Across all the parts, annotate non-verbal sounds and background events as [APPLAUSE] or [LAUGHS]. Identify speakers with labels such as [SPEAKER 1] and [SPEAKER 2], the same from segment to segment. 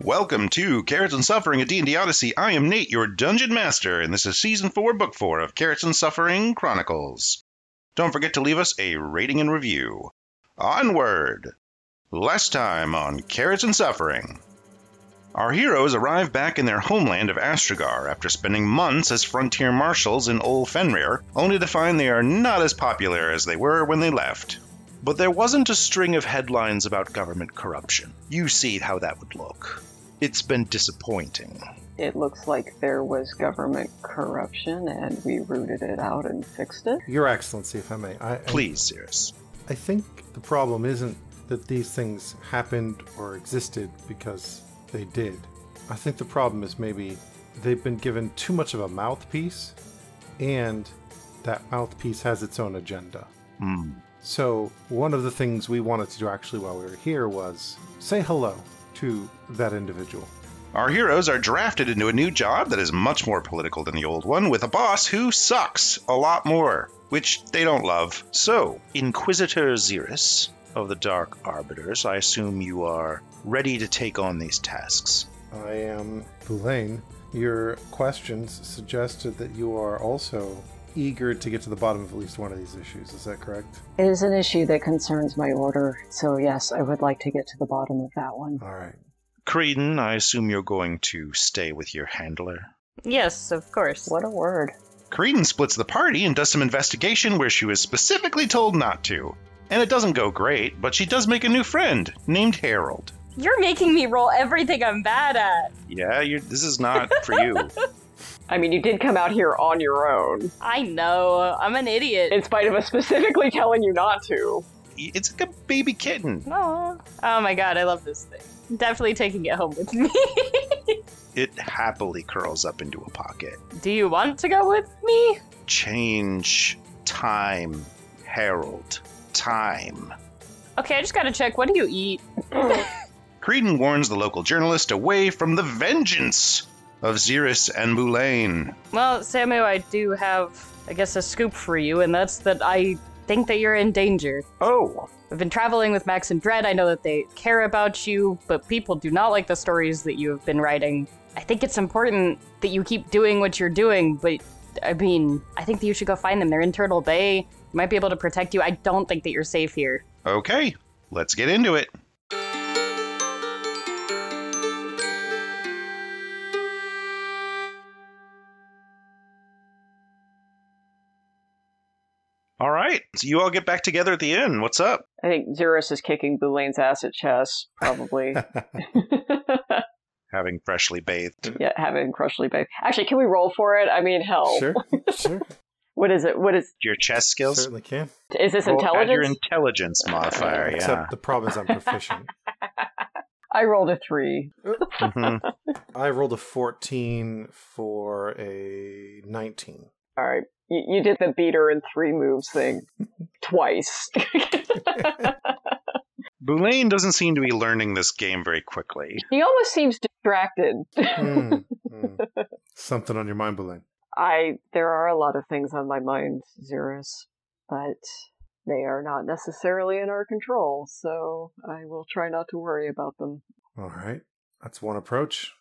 [SPEAKER 1] Welcome to Carrots and Suffering, a D&D Odyssey. I am Nate, your Dungeon Master, and this is Season 4, Book 4 of Carrots and Suffering Chronicles. Don't forget to leave us a rating and review. Onward! Last time on Carrots and Suffering. Our heroes arrive back in their homeland of Astragar after spending months as frontier marshals in Ol Fenrir, only to find they are not as popular as they were when they left. But there wasn't a string of headlines about government corruption. You see how that would look. It's been disappointing.
[SPEAKER 2] It looks like there was government corruption and we rooted it out and fixed it.
[SPEAKER 3] Your Excellency, if I may. I, I-
[SPEAKER 1] Please, Cirrus.
[SPEAKER 3] I, think the problem isn't that these things happened or existed because they did. I think the problem is maybe they've been given too much of a mouthpiece, and that mouthpiece has its own agenda.
[SPEAKER 1] Hmm.
[SPEAKER 3] So, one of the things we wanted to do actually while we were here was say hello to that individual.
[SPEAKER 1] Our heroes are drafted into a new job that is much more political than the old one, with a boss who sucks a lot more, which they don't love. So, Inquisitor Xeris of the Dark Arbiters, I assume you are ready to take on these tasks.
[SPEAKER 3] I am Boulain. Your questions suggested that you are also eager to get to the bottom of at least one of these issues. Is that correct?
[SPEAKER 2] It is an issue that concerns my order, so yes, I would like to get to the bottom of that one.
[SPEAKER 3] All right.
[SPEAKER 1] Creedon, I assume you're going to stay with your handler.
[SPEAKER 4] Yes, of course.
[SPEAKER 2] What a word.
[SPEAKER 1] Creedon splits the party and does some investigation where she was specifically told not to. And it doesn't go great, but she does make a new friend named Harold.
[SPEAKER 4] You're making me roll everything I'm bad at.
[SPEAKER 1] Yeah, you're, this is not for you.
[SPEAKER 5] I mean, you did come out here on your own,
[SPEAKER 4] I know. I'm an idiot.
[SPEAKER 5] in spite of us specifically telling you not to.
[SPEAKER 1] it's like a baby kitten.
[SPEAKER 4] Aw. Oh my god, I love this thing. Definitely taking it home with me. [LAUGHS]
[SPEAKER 1] It happily curls up into a pocket.
[SPEAKER 4] Do you want to go with me?
[SPEAKER 1] Change, time, Harold, time.
[SPEAKER 4] Okay, I just gotta check. What do you eat?
[SPEAKER 1] Creedon warns the local journalist away from the vengeance of Xeris and Boulain.
[SPEAKER 4] Well, Samu, I do have, I guess, a scoop for you, and that's that I think that you're in danger.
[SPEAKER 1] Oh,
[SPEAKER 4] I've been traveling with Max and Dread. I know that they care about you, but people do not like the stories that you have been writing. I think it's important that you keep doing what you're doing, but I mean, I think that you should go find them. They're in Turtle Bay. Might be able to protect you. I don't think that you're safe here.
[SPEAKER 1] okay, let's get into it. All right, so you all get back together at the end. What's up?
[SPEAKER 5] I think Xeris is kicking Boulain's ass at chess, probably.
[SPEAKER 1] Having freshly bathed.
[SPEAKER 5] yeah, having crushly babe. Actually, can we roll for it? I mean, hell.
[SPEAKER 3] Sure. [LAUGHS] Sure.
[SPEAKER 5] What is it? What is?
[SPEAKER 1] Your chess skills?
[SPEAKER 3] Certainly can.
[SPEAKER 5] Is this
[SPEAKER 1] Well, add
[SPEAKER 5] intelligence?
[SPEAKER 1] your intelligence modifier, yeah.
[SPEAKER 3] Except the problem is I'm proficient.
[SPEAKER 5] I rolled a three.
[SPEAKER 1] Mhm.
[SPEAKER 3] [LAUGHS] I rolled a 14 for a 19.
[SPEAKER 5] All right, you, you did the beater in three moves thing twice. [LAUGHS]
[SPEAKER 1] Boulain doesn't seem to be learning this game very quickly.
[SPEAKER 5] he almost seems distracted.
[SPEAKER 3] Mm, mm. Something on your mind, Boulain.
[SPEAKER 5] I there are a lot of things on my mind, Xeris, but they are not necessarily in our control, so I will try not to worry about them.
[SPEAKER 3] All right. That's one approach.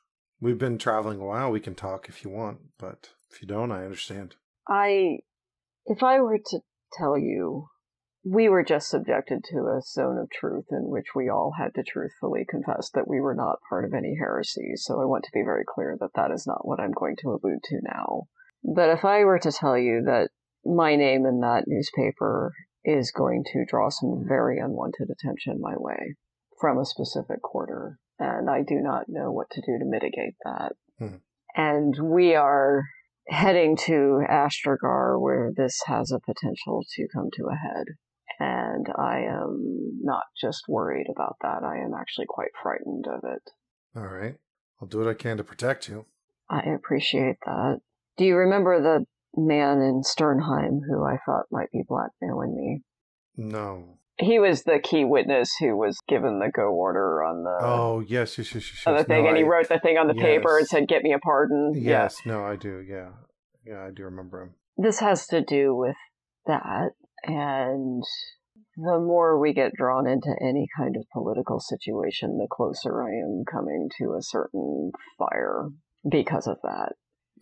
[SPEAKER 3] We've been traveling a while. We can talk if you want, but if you don't, I understand.
[SPEAKER 5] I if I were to tell you we were just subjected to a zone of truth in which we all had to truthfully confess that we were not part of any heresy, so I want to be very clear that that is not what I'm going to allude to now. But if I were to tell you that my name in that newspaper is going to draw some very unwanted attention my way from a specific quarter, and I do not know what to do to mitigate that.
[SPEAKER 3] Hmm.
[SPEAKER 5] And we are heading to Astrogar where this has a potential to come to a head. And I am not just worried about that, I am actually quite frightened of it.
[SPEAKER 3] All right. I'll do what I can to protect you.
[SPEAKER 5] I appreciate that. Do you remember the man in Sternheim who I thought might be blackmailing me?
[SPEAKER 3] No.
[SPEAKER 5] He was the key witness who was given the go order on the,
[SPEAKER 3] oh, yes, yes, yes, yes.
[SPEAKER 5] on the
[SPEAKER 3] yes.
[SPEAKER 5] thing,
[SPEAKER 3] No,
[SPEAKER 5] and he
[SPEAKER 3] I-
[SPEAKER 5] wrote the thing on the paper
[SPEAKER 3] Yes.
[SPEAKER 5] and said, Get me a pardon. Yeah.
[SPEAKER 3] Yes, no, I do. Yeah. Yeah, I do remember him.
[SPEAKER 5] this has to do with that and
[SPEAKER 6] the more we get drawn into any kind of political situation, the closer I am coming to a certain fire because of that.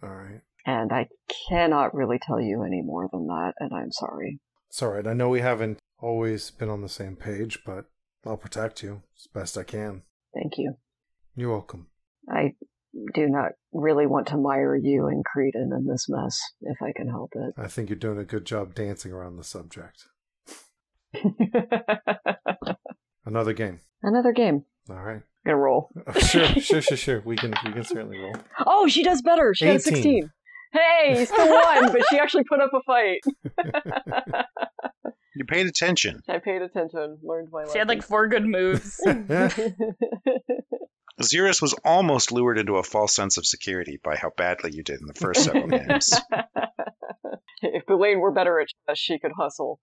[SPEAKER 3] All right.
[SPEAKER 6] And I cannot really tell you any more than that, and I'm sorry.
[SPEAKER 3] It's all right. I know we haven't always been on the same page, but I'll protect you as best I can.
[SPEAKER 6] Thank you.
[SPEAKER 3] You're welcome.
[SPEAKER 6] I do not really want to mire you and Creedon in this mess, if I can help it.
[SPEAKER 3] I think you're doing a good job dancing around
[SPEAKER 5] [LAUGHS]
[SPEAKER 3] the subject. Another game.
[SPEAKER 6] Another game.
[SPEAKER 3] All right. [LAUGHS]
[SPEAKER 6] Gonna roll.
[SPEAKER 3] Oh, sure, sure, sure, sure. We can we can
[SPEAKER 5] [LAUGHS]
[SPEAKER 3] certainly roll.
[SPEAKER 6] Oh, she does better. She got a
[SPEAKER 3] 18.
[SPEAKER 6] 16. Hey, still won, but she actually put up a fight.
[SPEAKER 1] You paid attention.
[SPEAKER 6] I paid attention, learned my lesson.
[SPEAKER 4] She had like four good moves.
[SPEAKER 5] [LAUGHS]
[SPEAKER 3] [LAUGHS]
[SPEAKER 1] Xerus was almost lured into a false sense of security by how badly you did in the first several games.
[SPEAKER 6] if Elaine were better at chess, she could hustle.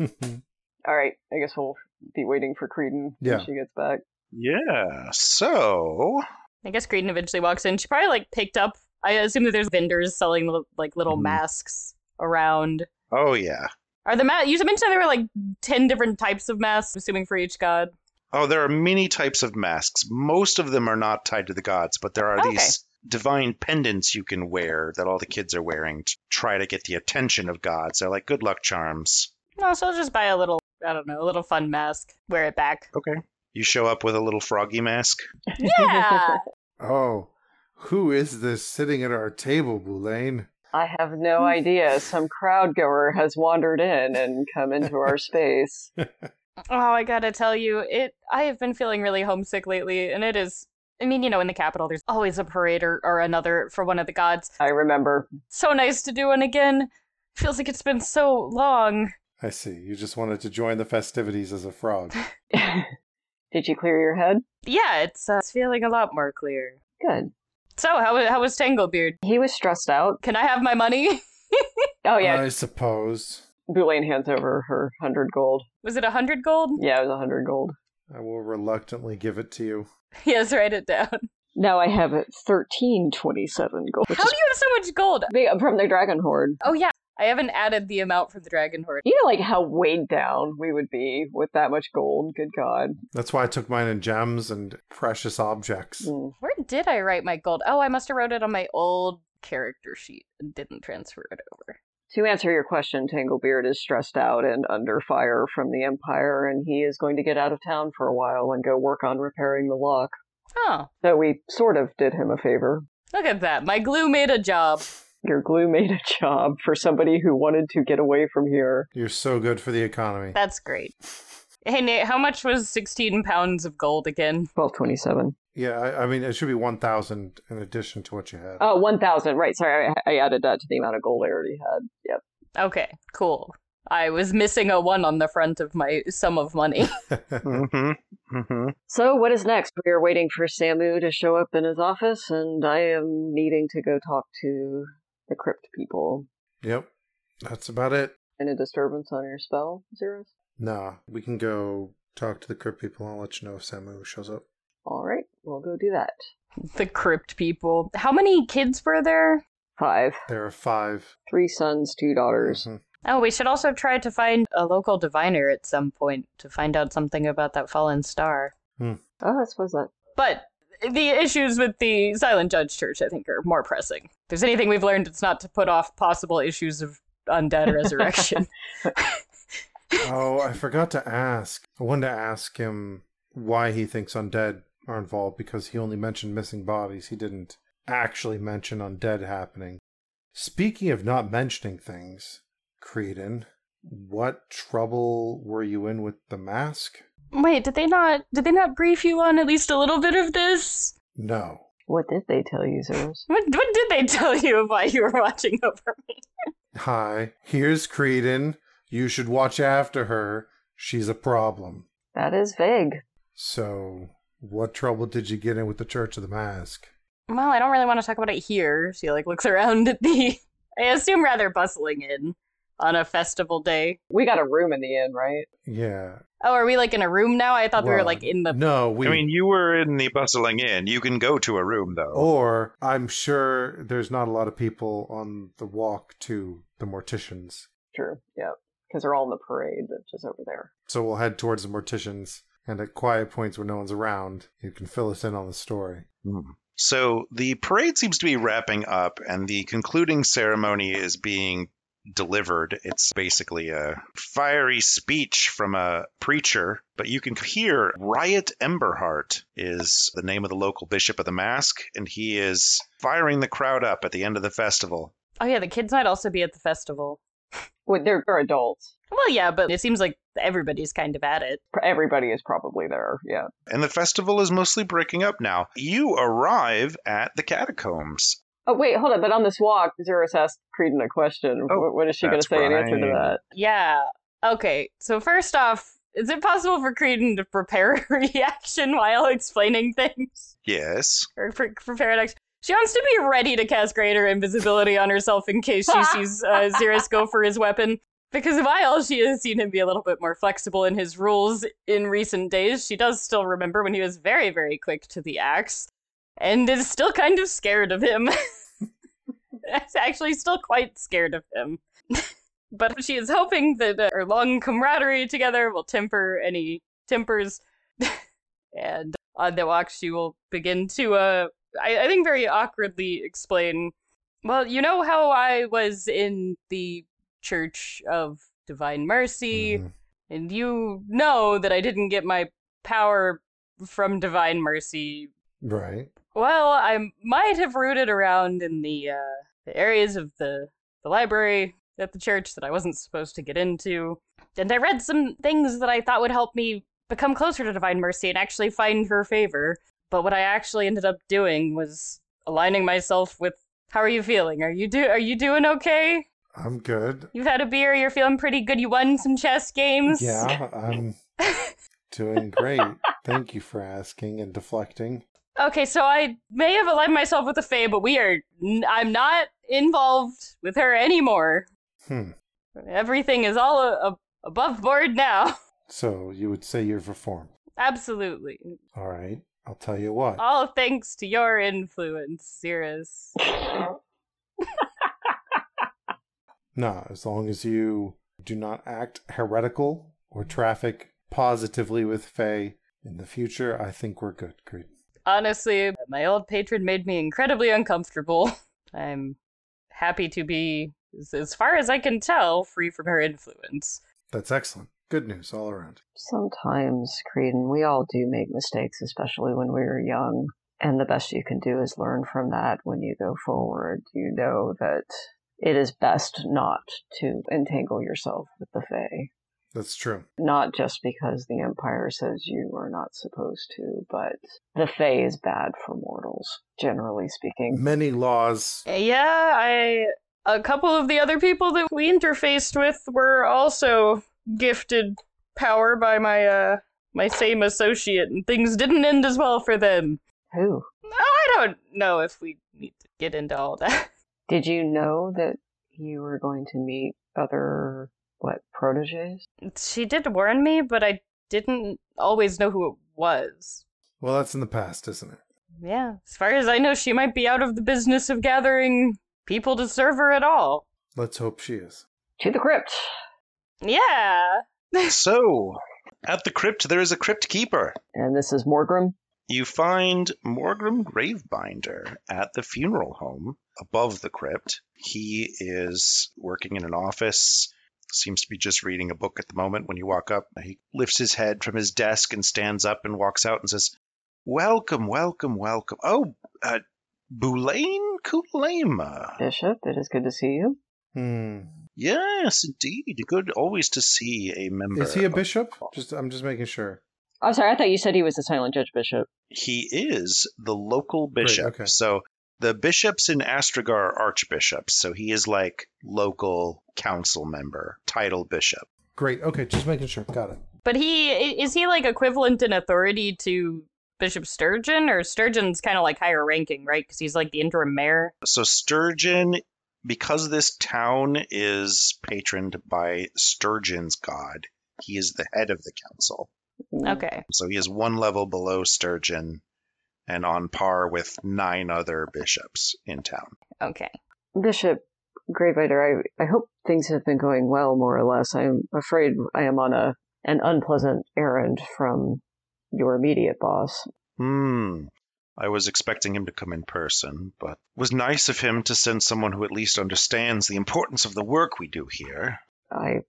[SPEAKER 6] All right, I guess we'll be waiting for Creedon
[SPEAKER 3] Yeah.
[SPEAKER 6] when she gets back.
[SPEAKER 1] Yeah. So
[SPEAKER 4] [LAUGHS] I guess Creedon eventually walks in. She probably like picked up. I assume that there's vendors selling li- like little
[SPEAKER 3] Mhm.
[SPEAKER 4] masks around.
[SPEAKER 1] oh yeah.
[SPEAKER 4] Are the ma You mentioned there were like ten different types of masks, assuming for each god.
[SPEAKER 1] Oh, there are many types of masks. Most of them are not tied to the gods, but there are
[SPEAKER 4] Okay.
[SPEAKER 1] these divine pendants you can wear that all the kids are wearing to try to get the attention of gods. They're like good luck charms.
[SPEAKER 4] No, so I'll just buy a little. I don't know, a little fun mask. Wear
[SPEAKER 3] [LAUGHS]
[SPEAKER 4] it back.
[SPEAKER 1] Okay. You show up with a little froggy mask.
[SPEAKER 4] Yeah.
[SPEAKER 3] oh, who is this sitting at our table, Boulain?
[SPEAKER 6] I have no idea. Some crowd goer has wandered in and come into our space.
[SPEAKER 4] Oh, I gotta tell you, it. I have been feeling really homesick lately, and it is. I mean, you know, in the capital, there's always a parade or, or another for one of the gods.
[SPEAKER 6] I remember.
[SPEAKER 4] So nice to do one again. Feels like it's been so long.
[SPEAKER 3] I see. You just wanted to join the festivities as a frog.
[SPEAKER 6] Did you clear your head?
[SPEAKER 4] Yeah, it's uh, it's feeling a lot more clear.
[SPEAKER 6] Good.
[SPEAKER 4] So, how wa- how was Tanglebeard?
[SPEAKER 6] He was stressed out.
[SPEAKER 4] Can I have my money?
[SPEAKER 6] [LAUGHS]
[SPEAKER 4] [LAUGHS]
[SPEAKER 6] Oh, yeah.
[SPEAKER 3] I suppose.
[SPEAKER 6] Boulain hands over her 100 gold.
[SPEAKER 4] Was it a hundred gold? [LAUGHS]
[SPEAKER 6] Yeah, it was 100 gold.
[SPEAKER 3] I will reluctantly give it to you.
[SPEAKER 4] yes, write it down.
[SPEAKER 6] Now I have 1327 gold. which
[SPEAKER 4] how
[SPEAKER 6] is
[SPEAKER 4] do you have so much gold?
[SPEAKER 6] big- from the Dragon Horde.
[SPEAKER 4] Oh yeah, I haven't added the amount for the dragon horde.
[SPEAKER 6] You know, like how weighed down we would be with that much gold. Good God.
[SPEAKER 3] That's why I took mine in gems and precious objects.
[SPEAKER 6] Mm.
[SPEAKER 4] Where did I write my gold? Oh, I must have wrote it on my old character sheet and didn't transfer it over.
[SPEAKER 6] To answer your question, Tanglebeard is stressed out and under fire from the Empire, and he is going to get out of town for a while and go work on repairing the lock.
[SPEAKER 4] Oh,
[SPEAKER 6] So we sort of did him a favor.
[SPEAKER 4] look at that. My glue made a job.
[SPEAKER 6] Your glue made a job for somebody who wanted to get away from here.
[SPEAKER 3] You're so good for the economy.
[SPEAKER 4] That's great. Hey, Nate, how much was 16 pounds of gold again?
[SPEAKER 6] 1227.
[SPEAKER 3] yeah, I, I mean, it should be 1,000 in addition to what you had.
[SPEAKER 6] Oh, 1000. Right. Sorry. I, I added that to the amount of gold I already had. Yep.
[SPEAKER 4] Okay, cool. I was missing a one on the front of my sum of money. [LAUGHS]
[SPEAKER 6] Oh.
[SPEAKER 1] Mm-hmm. Mm-hmm.
[SPEAKER 6] So what is next? We are waiting for Samu to show up in his office, and I am needing to go talk to the crypt people.
[SPEAKER 3] [LAUGHS] yep, that's about it.
[SPEAKER 6] And a disturbance on your spell, Zeros?
[SPEAKER 3] Nah, we can go talk to the crypt people and I'll let you know if Samu shows up.
[SPEAKER 6] All right, we'll go do that.
[SPEAKER 4] the crypt people. How many kids were there?
[SPEAKER 6] Five.
[SPEAKER 3] There are five.
[SPEAKER 6] Three sons, two daughters.
[SPEAKER 3] Mhm.
[SPEAKER 4] Oh, we should also try to find a local diviner at some point to find out something about that fallen star.
[SPEAKER 6] Oh, I suppose that.
[SPEAKER 4] But the issues with the Silent Judge Church, I think, are more pressing. If there's anything we've learned, it's not to put off possible issues of undead resurrection.
[SPEAKER 3] oh, I forgot to ask. I wanted to ask him why he thinks undead are involved because he only mentioned missing bodies. He didn't actually mention undead happening. Speaking of not mentioning things, Creedon, what trouble were you in with the mask?
[SPEAKER 4] Wait, did they not did they not brief you on at least a little bit of this?
[SPEAKER 3] No.
[SPEAKER 6] What did they tell you, Zeros?
[SPEAKER 4] What what did they [LAUGHS] tell you while you were watching over me?
[SPEAKER 3] Hi, here's Creedon. You should watch after her. She's a problem.
[SPEAKER 6] That is vague.
[SPEAKER 3] So, what trouble did you get in with the Church of the Mask?
[SPEAKER 4] Well, I don't really want to talk about it here. She like looks around at the I assume rather bustling in on a festival day.
[SPEAKER 6] We got a room in the inn, right?
[SPEAKER 3] Yeah.
[SPEAKER 4] Oh, are we like in a room now? I thought we were
[SPEAKER 3] well,
[SPEAKER 4] like in the
[SPEAKER 3] No, we.
[SPEAKER 1] I mean, you were in the bustling inn. You can go to a room though.
[SPEAKER 3] Oh, or I'm sure there's not a lot of people on the walk to the morticians.
[SPEAKER 6] True. Yep. because they're all in the parade, which is over there.
[SPEAKER 3] So we'll head towards the morticians, and at quiet points where no one's around, you can fill us in on the story.
[SPEAKER 1] So the parade seems to be wrapping up, and the concluding ceremony is being delivered. It's basically a fiery speech from a preacher, but you can hear Riot Emberhart is the name of the local bishop of the mask, and he is firing the crowd up at the end of the festival.
[SPEAKER 4] Oh yeah, the kids might also be at the festival.
[SPEAKER 6] Well, they're, they're adults.
[SPEAKER 4] Well, yeah, but it seems like everybody's kind of at it.
[SPEAKER 6] Pr- Everybody is probably there. Yeah.
[SPEAKER 1] And the festival is mostly breaking up now. You arrive at the catacombs.
[SPEAKER 6] Oh wait, hold on. But on this walk, Zerus asked Creedon a question.
[SPEAKER 1] Oh,
[SPEAKER 6] What- what is she going
[SPEAKER 1] that's
[SPEAKER 6] to say in answer to
[SPEAKER 1] right.
[SPEAKER 6] that?
[SPEAKER 4] Yeah. Okay. So first off, is it possible for Creedon to prepare [LAUGHS] a reaction while explaining things,
[SPEAKER 1] Yes.
[SPEAKER 4] or for, prepare an action? She wants to be ready to cast greater invisibility on herself in case she sees uh, Xerus go for his weapon. Because while she has seen him be a little bit more flexible in his rules in recent days, she does still remember when he was very, very quick to the axe, and is still kind of scared of him. [LAUGHS] That's actually still quite scared of him. [LAUGHS] but she is hoping that uh, her long camaraderie together will temper any tempers. [LAUGHS] and on the walk, she will begin to, uh, I, I think, very awkwardly explain well, you know how I was in the Church of Divine Mercy,
[SPEAKER 3] Mhm.
[SPEAKER 4] and you know that I didn't get my power from Divine Mercy
[SPEAKER 3] Right.
[SPEAKER 4] well, I might have rooted around in the uh, the areas of the the library at the church that I wasn't supposed to get into, and I read some things that I thought would help me become closer to Divine Mercy and actually find her favor. But what I actually ended up doing was aligning myself with. How are you feeling? Are you do Are you doing okay?
[SPEAKER 3] I'm good.
[SPEAKER 4] You've had a beer. You're feeling pretty good. You won some chess games.
[SPEAKER 3] Yeah, I'm doing great. Thank you for asking and deflecting.
[SPEAKER 4] Okay, so I may have aligned myself with the Fae, but we are. N- I'm not involved with her anymore.
[SPEAKER 3] Hmm.
[SPEAKER 4] Everything is all a- a- above board now. [LAUGHS]
[SPEAKER 3] So you would say you've reformed.
[SPEAKER 4] Absolutely.
[SPEAKER 3] All right. I'll tell you what.
[SPEAKER 4] All thanks to your influence, Cirrus.
[SPEAKER 3] Nah, as long as you do not act heretical or traffic positively with Faye in the future, I think we're good. Great.
[SPEAKER 4] Honestly, my old patron made me incredibly uncomfortable. [LAUGHS] I'm happy to be, as- as far as I can tell, free from her influence.
[SPEAKER 3] That's excellent. Good news all around.
[SPEAKER 6] Sometimes, Creedon, we all do make mistakes, especially when we were young. And the best you can do is learn from that when you go forward. You know that it is best not to entangle yourself with the Fae.
[SPEAKER 3] That's true.
[SPEAKER 6] Not just because the Empire says you are not supposed to, but the Fae is bad for mortals, generally speaking.
[SPEAKER 3] Many laws.
[SPEAKER 4] Yeah, I. A couple of the other people that we interfaced with were also gifted power by my, uh, my same associate, and things didn't end as well for them.
[SPEAKER 6] Who?
[SPEAKER 4] No, I don't know if we need to get into all that. [LAUGHS]
[SPEAKER 6] Did you know that you were going to meet other, what, proteges?
[SPEAKER 4] She did warn me, but I didn't always know who it was.
[SPEAKER 3] Well, that's in the past, isn't it?
[SPEAKER 4] Yeah, as far as I know, she might be out of the business of gathering people to serve her at all.
[SPEAKER 3] Let's hope she is.
[SPEAKER 6] To the crypt!
[SPEAKER 4] Yeah.
[SPEAKER 1] so, at the crypt, there is a crypt keeper.
[SPEAKER 6] And this is Morgrim.
[SPEAKER 1] You find Morgrim Gravebinder at the funeral home above the crypt. He is working in an office, seems to be just reading a book at the moment when you walk up. He lifts his head from his desk and stands up and walks out and says, Welcome, welcome, welcome. Oh, uh, Boulain Kulema.
[SPEAKER 6] Bishop, it is good to see you.
[SPEAKER 3] Hmm.
[SPEAKER 1] Yes, indeed. Good always to see a member.
[SPEAKER 3] Is he a
[SPEAKER 1] of-
[SPEAKER 3] bishop? Just I'm just making sure.
[SPEAKER 6] Oh, sorry, I thought you said he was the silent judge bishop.
[SPEAKER 1] he is the local bishop.
[SPEAKER 3] okay.
[SPEAKER 1] So the bishops in Astragar are archbishops. So he is like local council member, title bishop.
[SPEAKER 3] Great. Okay, just making sure. Got it.
[SPEAKER 4] But he i- is he like equivalent in authority to Bishop Sturgeon, or Sturgeon's kind of like higher ranking, right? Because he's like the interim mayor.
[SPEAKER 1] So Sturgeon, because this town is patroned by Sturgeon's god, he is the head of the council.
[SPEAKER 4] Okay.
[SPEAKER 1] So he is one level below Sturgeon and on par with nine other bishops in town.
[SPEAKER 4] Okay.
[SPEAKER 6] Bishop Gravedider, I, I hope things have been going well, more or less. I'm afraid I am on a an unpleasant errand from your immediate boss.
[SPEAKER 1] Hmm. I was expecting him to come in person, but it was nice of him to send someone who at least understands the importance of the work we do here.
[SPEAKER 6] I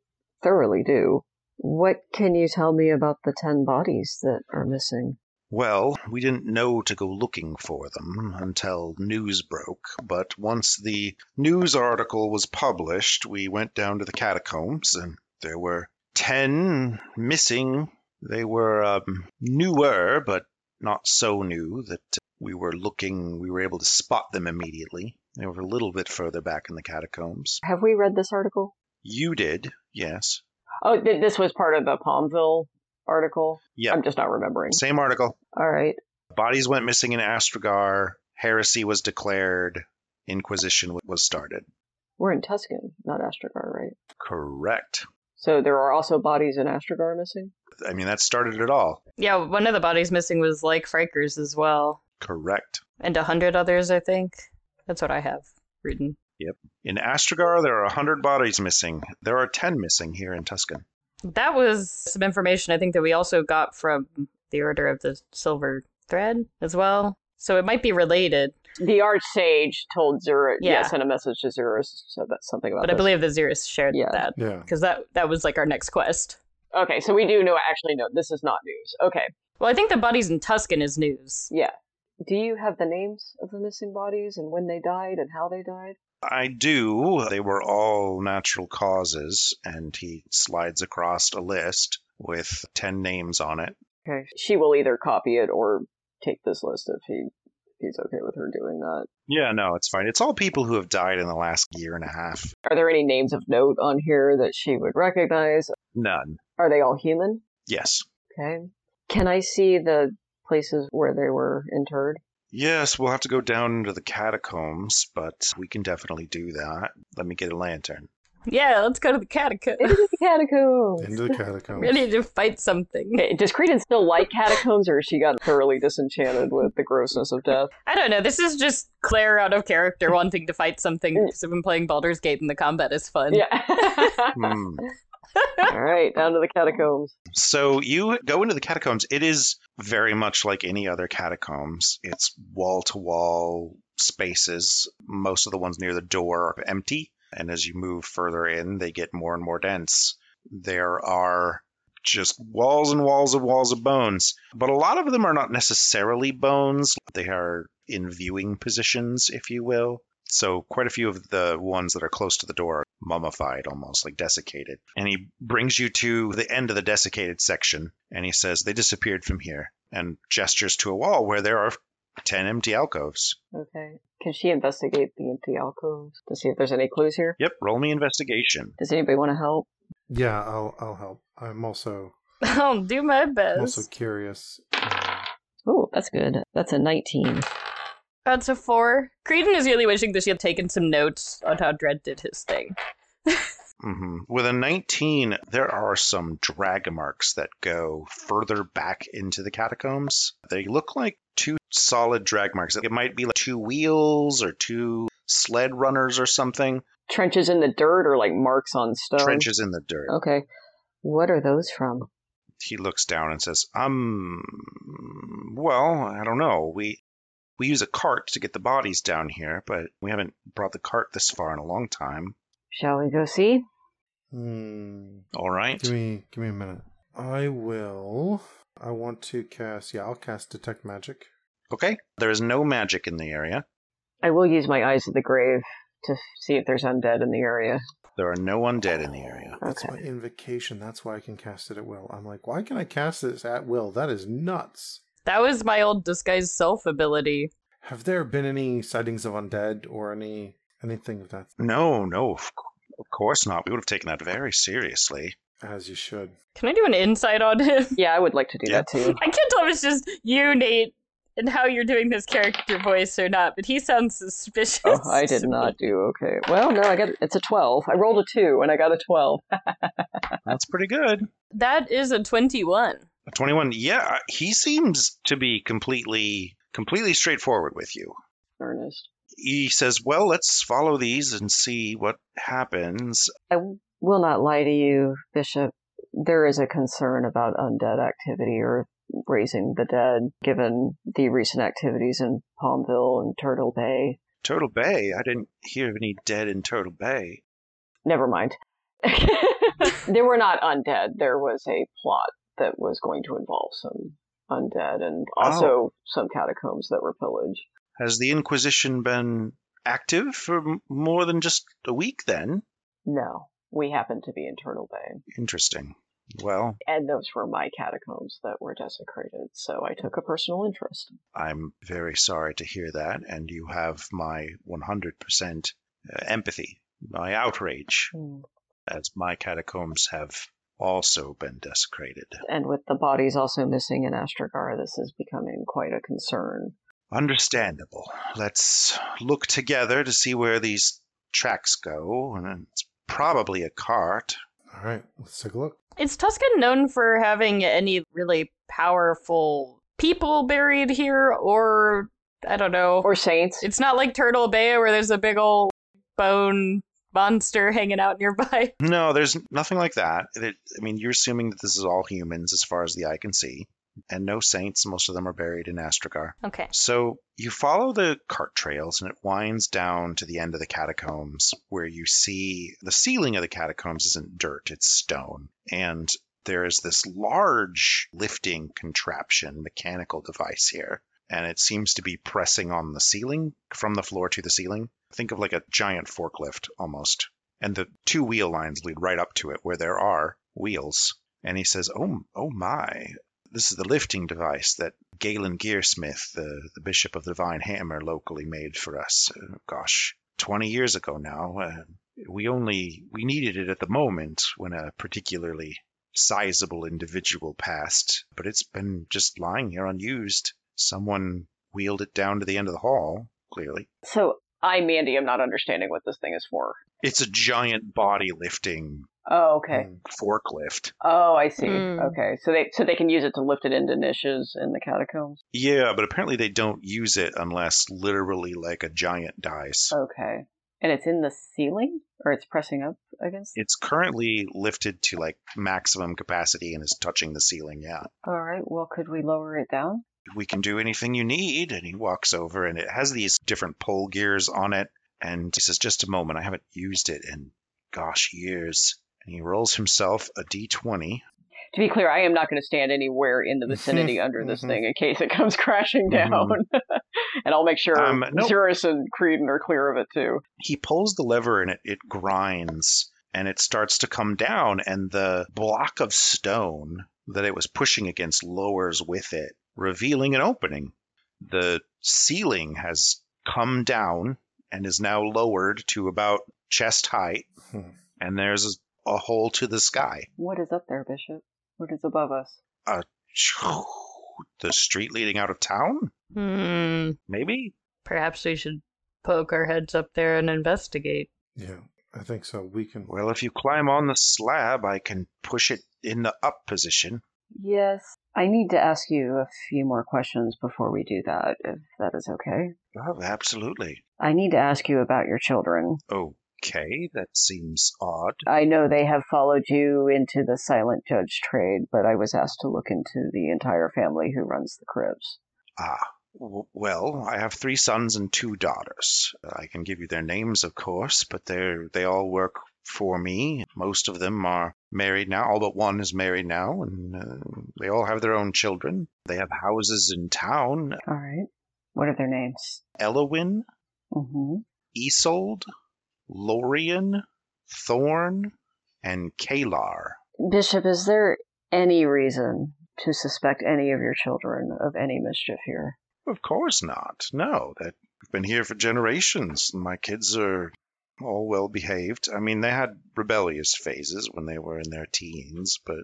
[SPEAKER 6] thoroughly do. What can you tell me about the ten bodies that are missing?
[SPEAKER 1] Well, we didn't know to go looking for them until news broke, but once the news article was published, we went down to the catacombs and there were ten missing. They were um, newer, but not so new that we were looking, we were able to spot them immediately. They were a little bit further back in the catacombs.
[SPEAKER 6] Have we read this article?
[SPEAKER 1] You did, yes.
[SPEAKER 6] Oh, th- this was part of the Palmville article.
[SPEAKER 1] Yeah,
[SPEAKER 6] I'm just not remembering.
[SPEAKER 1] same article.
[SPEAKER 6] All right.
[SPEAKER 1] Bodies went missing in Astrogar. Heresy was declared. Inquisition w- was started.
[SPEAKER 6] We're in Tuscan, not Astrogar, right?
[SPEAKER 1] Correct.
[SPEAKER 6] So there are also bodies in Astrogar missing?
[SPEAKER 1] I mean, that started it all.
[SPEAKER 4] Yeah, one of the bodies missing was like Frikers as well,
[SPEAKER 1] Correct.
[SPEAKER 4] and a hundred others, I think. That's what I have written.
[SPEAKER 1] In Astrogar, there are 100 bodies missing. There are 10 missing here in Tuscan.
[SPEAKER 4] That was some information I think that we also got from the Order of the Silver Thread as well. So it might be related,
[SPEAKER 6] The Archsage told Zurich, yeah.
[SPEAKER 4] Yeah.
[SPEAKER 6] sent a message to Zurich, so that's something about
[SPEAKER 4] but I
[SPEAKER 6] this.
[SPEAKER 4] believe the Xeris shared
[SPEAKER 6] Yeah.
[SPEAKER 4] that
[SPEAKER 3] Yeah.
[SPEAKER 4] because that that was like our next quest.
[SPEAKER 6] Okay, so we do know, actually, no, this is not news. Okay.
[SPEAKER 4] Well, I think the bodies in Tuscan is news.
[SPEAKER 6] Do you have the names of the missing bodies and when they died and how they died?
[SPEAKER 1] I do. They were all natural causes, and he slides across a list with 10 names on it.
[SPEAKER 6] Okay. She will either copy it or take this list if he if he's okay with her doing that.
[SPEAKER 1] Yeah, no, it's fine. It's all people who have died in the last year and a half.
[SPEAKER 6] Are there any names of note on here that she would recognize?
[SPEAKER 1] None.
[SPEAKER 6] Are they all human?
[SPEAKER 1] Yes.
[SPEAKER 6] Okay. Can I see the places where they were interred?
[SPEAKER 1] Yes, we'll have to go down into the catacombs, but we can definitely do that. Let me get a lantern.
[SPEAKER 4] Yeah, let's go to the catacombs.
[SPEAKER 6] [LAUGHS] Into the catacombs.
[SPEAKER 3] Into the
[SPEAKER 4] [LAUGHS]
[SPEAKER 3] catacombs.
[SPEAKER 4] Ready to fight something.
[SPEAKER 6] Okay, does Credence still like catacombs, or has she gotten thoroughly disenchanted with the grossness of death?
[SPEAKER 4] I don't know. This is just Claire out of character wanting to fight something because I've been playing Baldur's Gate and the combat is fun.
[SPEAKER 6] [LAUGHS] Yeah.
[SPEAKER 1] Hmm.
[SPEAKER 6] All right, down to the catacombs.
[SPEAKER 1] So you go into the catacombs. It is very much like any other catacombs. It's wall to wall spaces. Most of the ones near the door are empty. And as you move further in, they get more and more dense. There are just walls and walls and walls of bones. But a lot of them are not necessarily bones, they are in viewing positions, if you will. So, quite a few of the ones that are close to the door are mummified, almost like desiccated. And he brings you to the end of the desiccated section and he says, They disappeared from here, and gestures to a wall where there are 10 empty alcoves.
[SPEAKER 6] Okay. Can she investigate the empty alcoves to see if there's any clues here?
[SPEAKER 1] Yep, roll me investigation.
[SPEAKER 6] Does anybody want to help?
[SPEAKER 3] Yeah, I'll I'll help. I'm also
[SPEAKER 4] [LAUGHS] I'll do my
[SPEAKER 3] I'm
[SPEAKER 4] best.
[SPEAKER 3] also curious.
[SPEAKER 6] Oh, that's good. That's a 19.
[SPEAKER 4] That's a four. Creedon is really wishing that she had taken some notes on how Dredd did his thing.
[SPEAKER 1] hmm With a 19, there are some drag marks that go further back into the catacombs. They look like two solid drag marks. It might be like two wheels or two sled runners or something.
[SPEAKER 6] Trenches in the dirt or like marks on stone?
[SPEAKER 1] Trenches in the dirt.
[SPEAKER 6] Okay. What are those from?
[SPEAKER 1] He looks down and says, "Um, well, I don't know. We we use a cart to get the bodies down here, but we haven't brought the cart this far in a long time."
[SPEAKER 6] Shall we go see?
[SPEAKER 3] Hmm.
[SPEAKER 1] All right.
[SPEAKER 3] Give me give me a minute. I will. I want to cast. Yeah, I'll cast detect magic.
[SPEAKER 1] Okay. There is no magic in the area.
[SPEAKER 6] I will use my eyes of the grave to see if there's undead in the area.
[SPEAKER 1] There are no undead in the area.
[SPEAKER 3] That's
[SPEAKER 6] Okay.
[SPEAKER 3] my invocation. That's why I can cast it at will. I'm like, why can I cast this at will? That is nuts.
[SPEAKER 4] That was my old disguise self ability.
[SPEAKER 3] Have there been any sightings of undead or any anything of that?
[SPEAKER 1] No, no, of, c- of course not. We would have taken that very seriously.
[SPEAKER 3] As you should.
[SPEAKER 4] Can I do an insight on him? [LAUGHS]
[SPEAKER 6] Yeah, I would like to do
[SPEAKER 1] Yeah.
[SPEAKER 6] that too.
[SPEAKER 4] I can't tell if it's just you, Nate, and how you're doing this character voice or not, but he sounds [LAUGHS] suspicious.
[SPEAKER 6] Oh, I did
[SPEAKER 4] to me.
[SPEAKER 6] not do okay. Well, no, I got it's a twelve. I rolled a two and I got a twelve.
[SPEAKER 1] That's pretty good.
[SPEAKER 4] That is a 21.
[SPEAKER 1] A 21. Yeah, he seems to be completely completely straightforward with you.
[SPEAKER 6] Ernest,
[SPEAKER 1] he says, Well, let's follow these and see what happens.
[SPEAKER 6] I will not lie to you, Bishop. There is a concern about undead activity or raising the dead, given the recent activities in Palmville and Turtle Bay.
[SPEAKER 1] Turtle Bay? I didn't hear of any dead in Turtle Bay.
[SPEAKER 6] Never [LAUGHS] mind. they were not undead. There was a plot that was going to involve some undead and also
[SPEAKER 1] Oh.
[SPEAKER 6] some catacombs that were pillaged.
[SPEAKER 1] Has the Inquisition been active for m- more than just a week then?
[SPEAKER 6] No, we happened to be in Turtle Bay.
[SPEAKER 1] Interesting. Well,
[SPEAKER 6] And those were my catacombs that were desecrated, so I took a personal interest.
[SPEAKER 1] I'm very sorry to hear that, and you have my 100% uh, empathy, my outrage,
[SPEAKER 6] Hmm.
[SPEAKER 1] as my catacombs have also been desecrated.
[SPEAKER 6] And with the bodies also missing in Astrogar, this is becoming quite a concern.
[SPEAKER 1] Understandable. Let's look together to see where these tracks go, and it's probably a cart.
[SPEAKER 3] All right, let's take a look.
[SPEAKER 4] Is Tuscan known for having any really powerful people buried here, or I don't know?
[SPEAKER 6] Or saints.
[SPEAKER 4] it's not like Turtle Bay where there's a big old bone monster hanging out nearby.
[SPEAKER 1] No, there's nothing like that. It- I mean, you're assuming that this is all humans as far as the eye can see, and no saints. Most of them are buried in Astrogar.
[SPEAKER 4] Okay.
[SPEAKER 1] So you follow the cart trails and it winds down to the end of the catacombs where you see the ceiling of the catacombs isn't dirt, it's stone. And there is this large lifting contraption mechanical device here. And it seems to be pressing on the ceiling from the floor to the ceiling. Think of like a giant forklift almost. And the two wheel lines lead right up to it where there are wheels. And he says, Oh, oh my. This is the lifting device that Galen Gearsmith, the, the Bishop of the Divine Hammer, locally made for us. uh, gosh, 20 years ago now. Uh, we only we needed it at the moment when a particularly sizable individual passed, but it's been just lying here unused. Someone wheeled it down to the end of the hall. Clearly,
[SPEAKER 6] So I, Mandy, am not understanding what this thing is for.
[SPEAKER 1] it's a giant body lifting
[SPEAKER 6] Oh, okay.
[SPEAKER 3] Mm.
[SPEAKER 1] forklift.
[SPEAKER 6] Oh, I see.
[SPEAKER 1] Hmm.
[SPEAKER 4] Mm.
[SPEAKER 6] Okay, so they so they can use it to lift it into niches in the catacombs.
[SPEAKER 1] Yeah, but apparently they don't use it unless literally like a giant dies.
[SPEAKER 6] Okay, and it's in the ceiling, or it's pressing up against.
[SPEAKER 1] It's currently lifted to like maximum capacity and is touching the ceiling. Yeah.
[SPEAKER 6] All right. Well, could we lower it down?
[SPEAKER 1] We can do anything you need. And he walks over and it has these different pole gears on it. And he says, Just a moment. I haven't used it in gosh years. And he rolls himself a d20.
[SPEAKER 6] To be clear, I am not going to stand anywhere
[SPEAKER 1] Mm-hmm.
[SPEAKER 6] in the vicinity under this
[SPEAKER 3] Mhm.
[SPEAKER 6] thing in case it [LAUGHS] comes crashing
[SPEAKER 1] Mhm.
[SPEAKER 6] down, [LAUGHS] and I'll make sure
[SPEAKER 1] Um, nope.
[SPEAKER 6] Zurus and Creedon are clear of it too.
[SPEAKER 1] He pulls the lever and it, it grinds and it starts to come down. And the block of stone that it was pushing against lowers with it, revealing an opening. The ceiling has come down and is now lowered to about chest height.
[SPEAKER 3] Hmm.
[SPEAKER 1] And there's a hole to the sky.
[SPEAKER 6] What is up there, Bishop? What is above us?
[SPEAKER 1] the street leading out of town,
[SPEAKER 4] Hmm.
[SPEAKER 1] maybe?
[SPEAKER 4] Perhaps we should poke our heads up there and investigate.
[SPEAKER 3] Hmm, Yeah, I think so. We can.
[SPEAKER 1] Well, if you climb on the slab, I can push it in the up position.
[SPEAKER 6] Yes, I need to ask you a few more questions before we do that, if that is okay.
[SPEAKER 1] Oh, absolutely.
[SPEAKER 6] I need to ask you about your children.
[SPEAKER 1] Okay, that seems odd.
[SPEAKER 6] I know they have followed you into the silent judge trade, but I was asked to look into the entire family who runs the cribs.
[SPEAKER 1] Ah, w- well, I have three sons and two daughters. I can give you their names, of course, but they're they all work for me. Most of them are married now. All but one is married now, and uh, they all have their own children. They have houses in town.
[SPEAKER 6] All right. What are their names?
[SPEAKER 1] Elowin,
[SPEAKER 6] hmm
[SPEAKER 1] Isold, Lorian, Thorn, and Kalar.
[SPEAKER 6] Bishop, is there any reason to suspect any of your children of any mischief here?
[SPEAKER 1] Of course not. No, that I've been here for generations. and My kids are all well behaved. I mean, they had rebellious phases when they were in their teens, but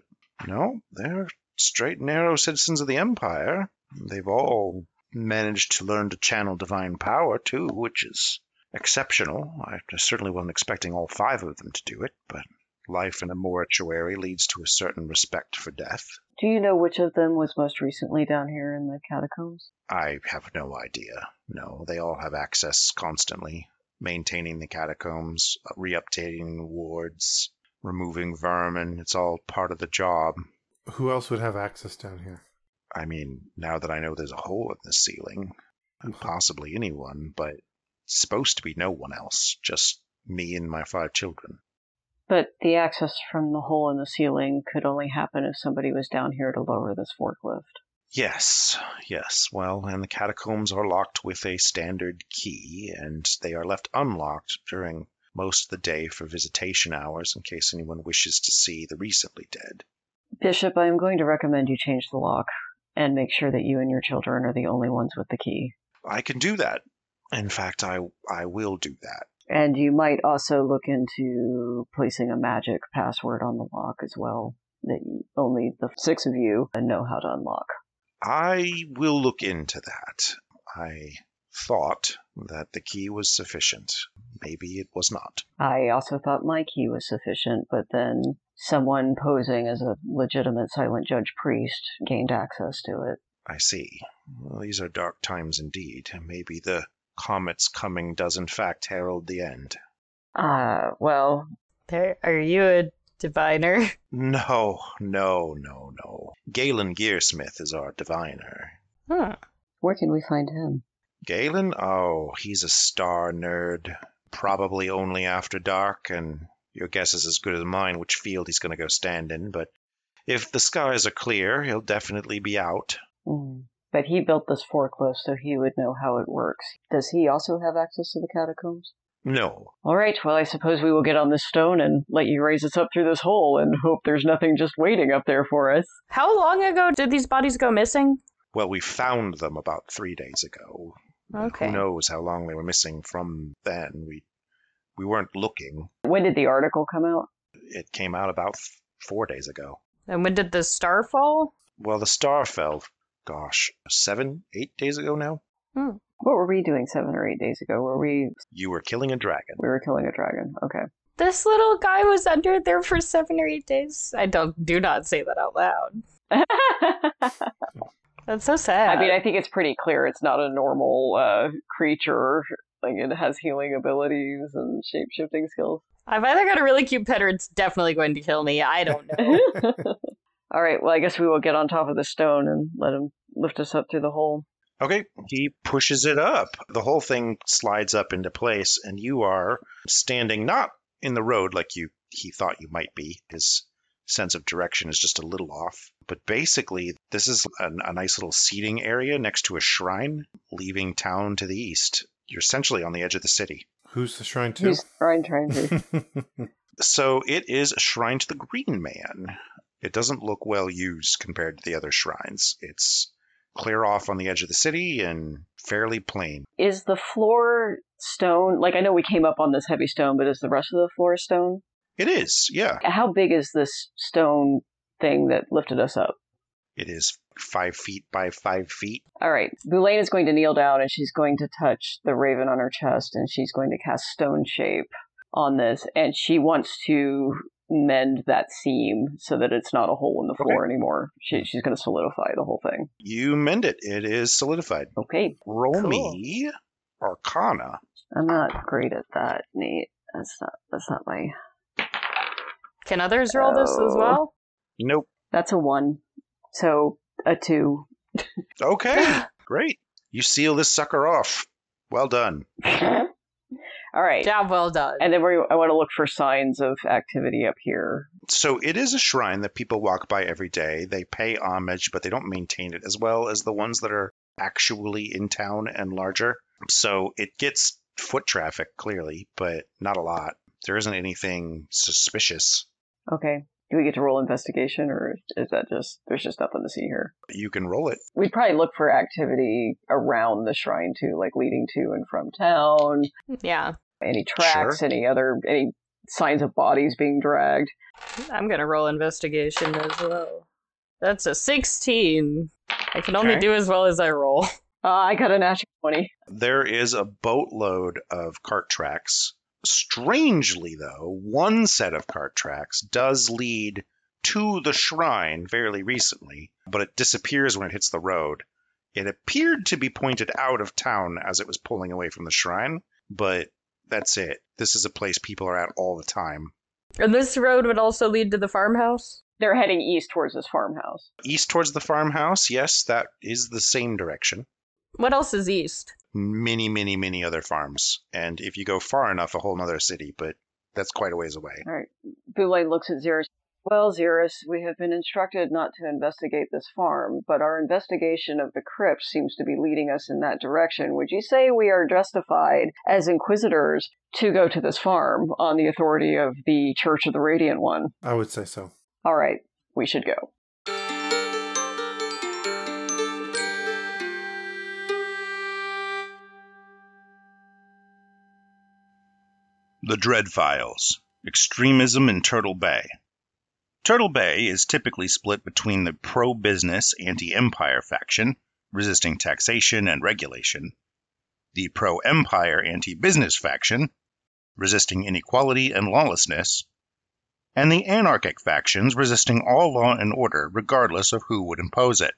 [SPEAKER 1] no, they're straight, and narrow citizens of the Empire. They've all managed to learn to channel divine power, too, which is exceptional. I certainly wasn't expecting all five of them to do it, but Life in a mortuary leads to a certain respect for death.
[SPEAKER 6] Do you know which of them was most recently down here in the catacombs?
[SPEAKER 1] I have no idea. No, they all have access constantly, maintaining the catacombs, reupdating wards, removing vermin. It's all part of the job.
[SPEAKER 3] Who else would have access down here?
[SPEAKER 1] I mean, now that I know there's a hole in the ceiling, possibly anyone, but it's supposed to be no one else, just me and my five children.
[SPEAKER 6] But the access from the hole in the ceiling could only happen if somebody was down here to lower this forklift.
[SPEAKER 1] Yes, yes. Well, and the catacombs are locked with a standard key, and they are left unlocked during most of the day for visitation hours in case anyone wishes to see the recently dead.
[SPEAKER 6] Bishop, I am going to recommend you change the lock and make sure that you and your children are the only ones with the key.
[SPEAKER 1] I can do that. In fact, I I will do that.
[SPEAKER 6] And you might also look into placing a magic password on the lock as well that only the six of you know how to unlock.
[SPEAKER 1] I will look into that. I thought that the key was sufficient. Maybe it was not.
[SPEAKER 6] I also thought my key was sufficient, but then someone posing as a legitimate silent judge priest gained access to it.
[SPEAKER 1] I see. Well, these are dark times indeed. Maybe the comet's coming does in fact herald the end.
[SPEAKER 6] Ah, uh, well.
[SPEAKER 4] There, are you a diviner?
[SPEAKER 1] No, no, no, no. Galen Gearsmith is our diviner.
[SPEAKER 4] [LAUGHS] Huh.
[SPEAKER 6] Where can we find him?
[SPEAKER 1] Galen? Oh, he's a star nerd. Probably only after dark, and your guess is as good as mine which field he's going to go stand in, but if the skies are clear, he'll definitely be out.
[SPEAKER 6] Mm. But he built this forklift so he would know how it works. Does he also have access to the catacombs?
[SPEAKER 1] No.
[SPEAKER 6] All right, well, I suppose we will get on this stone and let you raise us up through this hole and hope there's nothing just waiting up there for us.
[SPEAKER 4] How long ago did these bodies go missing?
[SPEAKER 1] Well, we found them about three days ago.
[SPEAKER 4] Okay.
[SPEAKER 1] Who knows how long they were missing from then? We we weren't looking.
[SPEAKER 6] When did the article come out?
[SPEAKER 1] It came out about four days ago.
[SPEAKER 4] And when did the star fall?
[SPEAKER 1] Well, the star fell, gosh, seven, eight days ago now?
[SPEAKER 4] Hmm.
[SPEAKER 6] What were we doing seven or eight days ago? Were we.
[SPEAKER 1] You were killing a dragon.
[SPEAKER 6] We were killing a dragon. [LAUGHS] Okay.
[SPEAKER 4] This little guy was under there for seven or eight days. I don't, do not say that out loud. That's so sad.
[SPEAKER 6] I mean, I think it's pretty clear it's not a normal uh, creature. Like, it has healing abilities and shape shifting skills.
[SPEAKER 4] I've either got a really cute pet or it's definitely going to kill me. I don't know.
[SPEAKER 6] [LAUGHS] All right, well, I guess we will get on top of the stone and let him lift us up through the hole.
[SPEAKER 1] Okay, he pushes it up. The whole thing slides up into place, and you are standing not in the road like you he thought you might be. His sense of direction is just a little off. But basically, this is a, a nice little seating area next to a shrine, leaving town to the east. You're essentially on the edge of the city.
[SPEAKER 3] Who's the shrine to?
[SPEAKER 6] Who's shrine trying [LAUGHS] to?
[SPEAKER 1] so it is a shrine to the Green Man. It doesn't look well used compared to the other shrines. It's clear off on the edge of the city and fairly plain.
[SPEAKER 6] Is the floor stone? Like, I know we came up on this heavy stone, but is the rest of the floor stone?
[SPEAKER 1] It is, yeah.
[SPEAKER 6] How big is this stone thing that lifted us up?
[SPEAKER 1] It is five feet by five feet.
[SPEAKER 6] All right. Boulain is going to kneel down and she's going to touch the raven on her chest and she's going to cast stone shape on this. And she wants to mend that seam so that it's not a hole in the floor okay. anymore. She, she's going to solidify the whole thing.
[SPEAKER 1] You mend it. It is solidified.
[SPEAKER 6] Okay.
[SPEAKER 1] Roll cool. me Arcana.
[SPEAKER 6] I'm not great at that, Nate. That's not that's not my.
[SPEAKER 4] Can others roll oh. this as well?
[SPEAKER 1] Nope.
[SPEAKER 6] That's a one. So a two. [LAUGHS]
[SPEAKER 1] okay. Great. You seal this sucker off. Well done.
[SPEAKER 6] All right.
[SPEAKER 4] Job well done.
[SPEAKER 6] And then we, I want to look for signs of activity up here.
[SPEAKER 1] So it is a shrine that people walk by every day. They pay homage, but they don't maintain it as well as the ones that are actually in town and larger. So it gets foot traffic, clearly, but not a lot. There isn't anything suspicious.
[SPEAKER 6] Okay. Do we get to roll investigation, or is that just there's just nothing to see here?
[SPEAKER 1] You can roll it.
[SPEAKER 6] We'd probably look for activity around the shrine too, like leading to and from town.
[SPEAKER 4] Yeah.
[SPEAKER 6] Any tracks, sure. any other, any signs of bodies being dragged.
[SPEAKER 4] I'm gonna roll investigation as well. That's a 16. I can only okay. do as well as I roll. [LAUGHS]
[SPEAKER 6] Uh, I got a natural 20.
[SPEAKER 1] There is a boatload of cart tracks Strangely, though, one set of cart tracks does lead to the shrine fairly recently, but it disappears when it hits the road. It appeared to be pointed out of town as it was pulling away from the shrine, but that's it. This is a place people are at all the time.
[SPEAKER 4] And this road would also lead to the farmhouse?
[SPEAKER 6] They're heading east towards this farmhouse.
[SPEAKER 1] East towards the farmhouse, yes, that is the same direction.
[SPEAKER 4] What else is east?
[SPEAKER 1] Many, many, many other farms. And if you go far enough, a whole nother city, but that's quite a ways away.
[SPEAKER 6] All right. Boulay looks at Xeris. Well, Xeris, we have been instructed not to investigate this farm, but our investigation of the crypt seems to be leading us in that direction. Would you say we are justified as inquisitors to go to this farm on the authority of the Church of the Radiant One?
[SPEAKER 3] [LAUGHS] I would say so.
[SPEAKER 6] All right, we should go.
[SPEAKER 1] The Dread Files Extremism in Turtle Bay. Turtle Bay is typically split between the pro business, anti empire faction, resisting taxation and regulation, the pro empire, anti business faction, resisting inequality and lawlessness, and the anarchic factions resisting all law and order, regardless of who would impose it.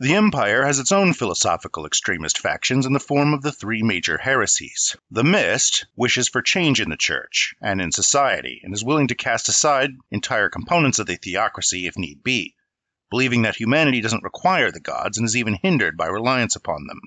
[SPEAKER 1] The Empire has its own philosophical extremist factions in the form of the three major heresies. The Mist wishes for change in the Church and in society, and is willing to cast aside entire components of the theocracy if need be, believing that humanity doesn't require the gods and is even hindered by reliance upon them.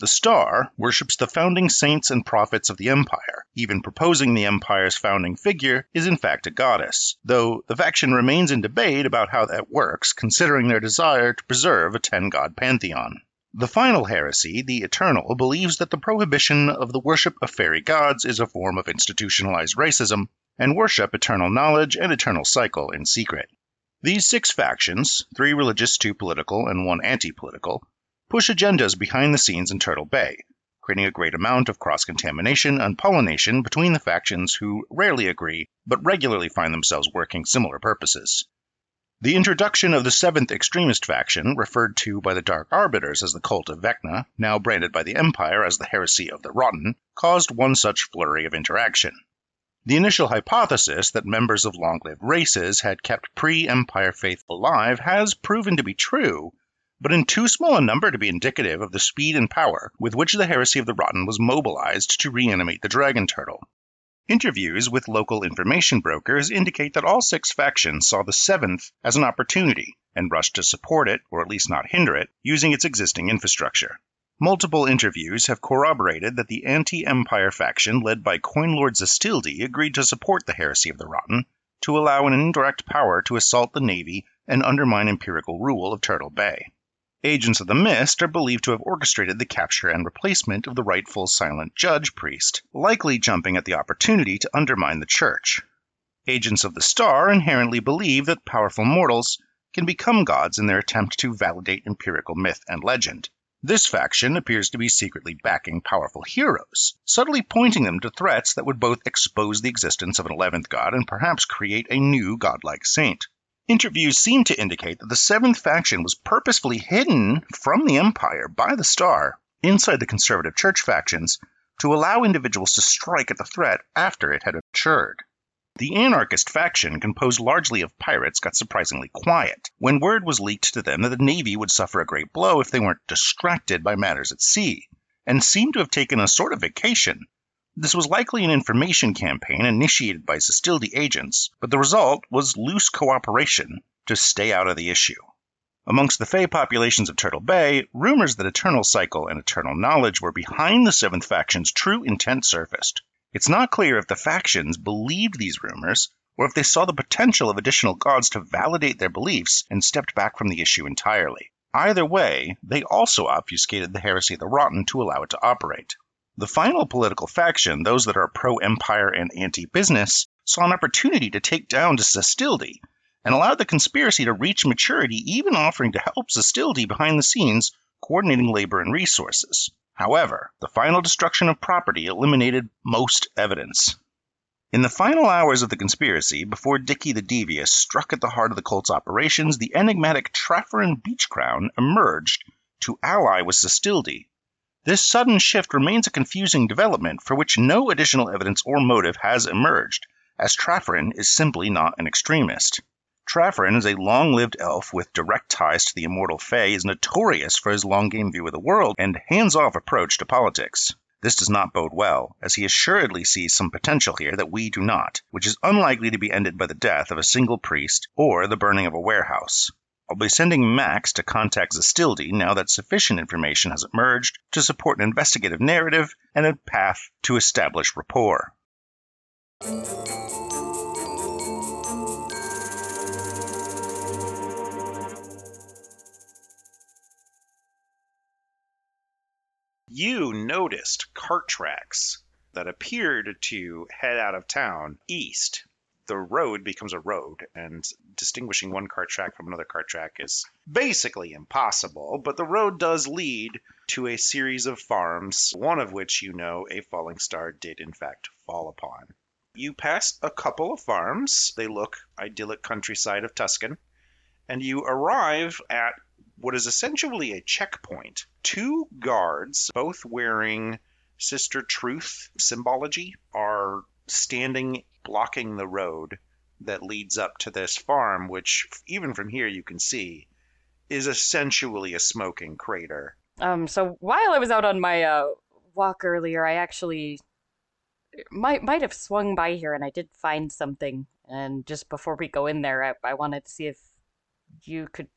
[SPEAKER 1] The Star worships the founding saints and prophets of the Empire, even proposing the Empire's founding figure is in fact a goddess, though the faction remains in debate about how that works, considering their desire to preserve a ten god pantheon. The final heresy, the Eternal, believes that the prohibition of the worship of fairy gods is a form of institutionalized racism, and worship eternal knowledge and eternal cycle in secret. These six factions three religious, two political, and one anti political push agendas behind the scenes in Turtle Bay, creating a great amount of cross contamination and pollination between the factions who rarely agree but regularly find themselves working similar purposes. The introduction of the seventh extremist faction, referred to by the Dark Arbiters as the Cult of Vecna, now branded by the Empire as the Heresy of the Rotten, caused one such flurry of interaction. The initial hypothesis that members of long lived races had kept pre Empire faith alive has proven to be true, but in too small a number to be indicative of the speed and power with which the heresy of the Rotten was mobilized to reanimate the Dragon Turtle. Interviews with local information brokers indicate that all six factions saw the seventh as an opportunity and rushed to support it, or at least not hinder it, using its existing infrastructure. Multiple interviews have corroborated that the anti empire faction led by Coin Lord Zastildi agreed to support the heresy of the Rotten to allow an indirect power to assault the Navy and undermine empirical rule of Turtle Bay. Agents of the Mist are believed to have orchestrated the capture and replacement of the rightful silent judge priest, likely jumping at the opportunity to undermine the church. Agents of the Star inherently believe that powerful mortals can become gods in their attempt to validate empirical myth and legend. This faction appears to be secretly backing powerful heroes, subtly pointing them to threats that would both expose the existence of an 11th god and perhaps create a new godlike saint. Interviews seem to indicate that the Seventh Faction was purposefully hidden from the Empire by the Star inside the conservative church factions to allow individuals to strike at the threat after it had matured. The anarchist faction, composed largely of pirates, got surprisingly quiet when word was leaked to them that the Navy would suffer a great blow if they weren't distracted by matters at sea, and seemed to have taken a sort of vacation, this was likely an information campaign initiated by Sestildi agents, but the result was loose cooperation to stay out of the issue. Amongst the Fey populations of Turtle Bay, rumors that Eternal Cycle and Eternal Knowledge were behind the Seventh Faction's true intent surfaced. It's not clear if the factions believed these rumors, or if they saw the potential of additional gods to validate their beliefs and stepped back from the issue entirely. Either way, they also obfuscated the heresy of the Rotten to allow it to operate. The final political faction, those that are pro empire and anti business, saw an opportunity to take down Sestildi and allowed the conspiracy to reach maturity, even offering to help Sestildi behind the scenes, coordinating labor and resources. However, the final destruction of property eliminated most evidence. In the final hours of the conspiracy, before Dicky the Devious struck at the heart of the cult's operations, the enigmatic Trafferin Beachcrown emerged to ally with Sestildi This sudden shift remains a confusing development for which no additional evidence or motive has emerged, as Traffrin is simply not an extremist. Traffrin is a long lived elf with direct ties to the immortal Fae, is notorious for his long game view of the world and hands off approach to politics. This does not bode well, as he assuredly sees some potential here that we do not, which is unlikely to be ended by the death of a single priest or the burning of a warehouse. I'll be sending Max to contact Zastildi now that sufficient information has emerged to support an investigative narrative and a path to establish rapport. You noticed cart tracks that appeared to head out of town east the road becomes a road, and distinguishing one cart track from another cart track is basically impossible. But the road does lead to a series of farms, one of which you know a falling star did in fact fall upon. You pass a couple of farms, they look idyllic countryside of Tuscan, and you arrive at what is essentially a checkpoint. Two guards, both wearing Sister Truth symbology, are standing blocking the road that leads up to this farm, which even from here you can see is essentially a smoking crater.
[SPEAKER 4] Um, so while I was out on my uh, walk earlier, I actually might might have swung by here, and I did find something. And just before we go in there, I, I wanted to see if you could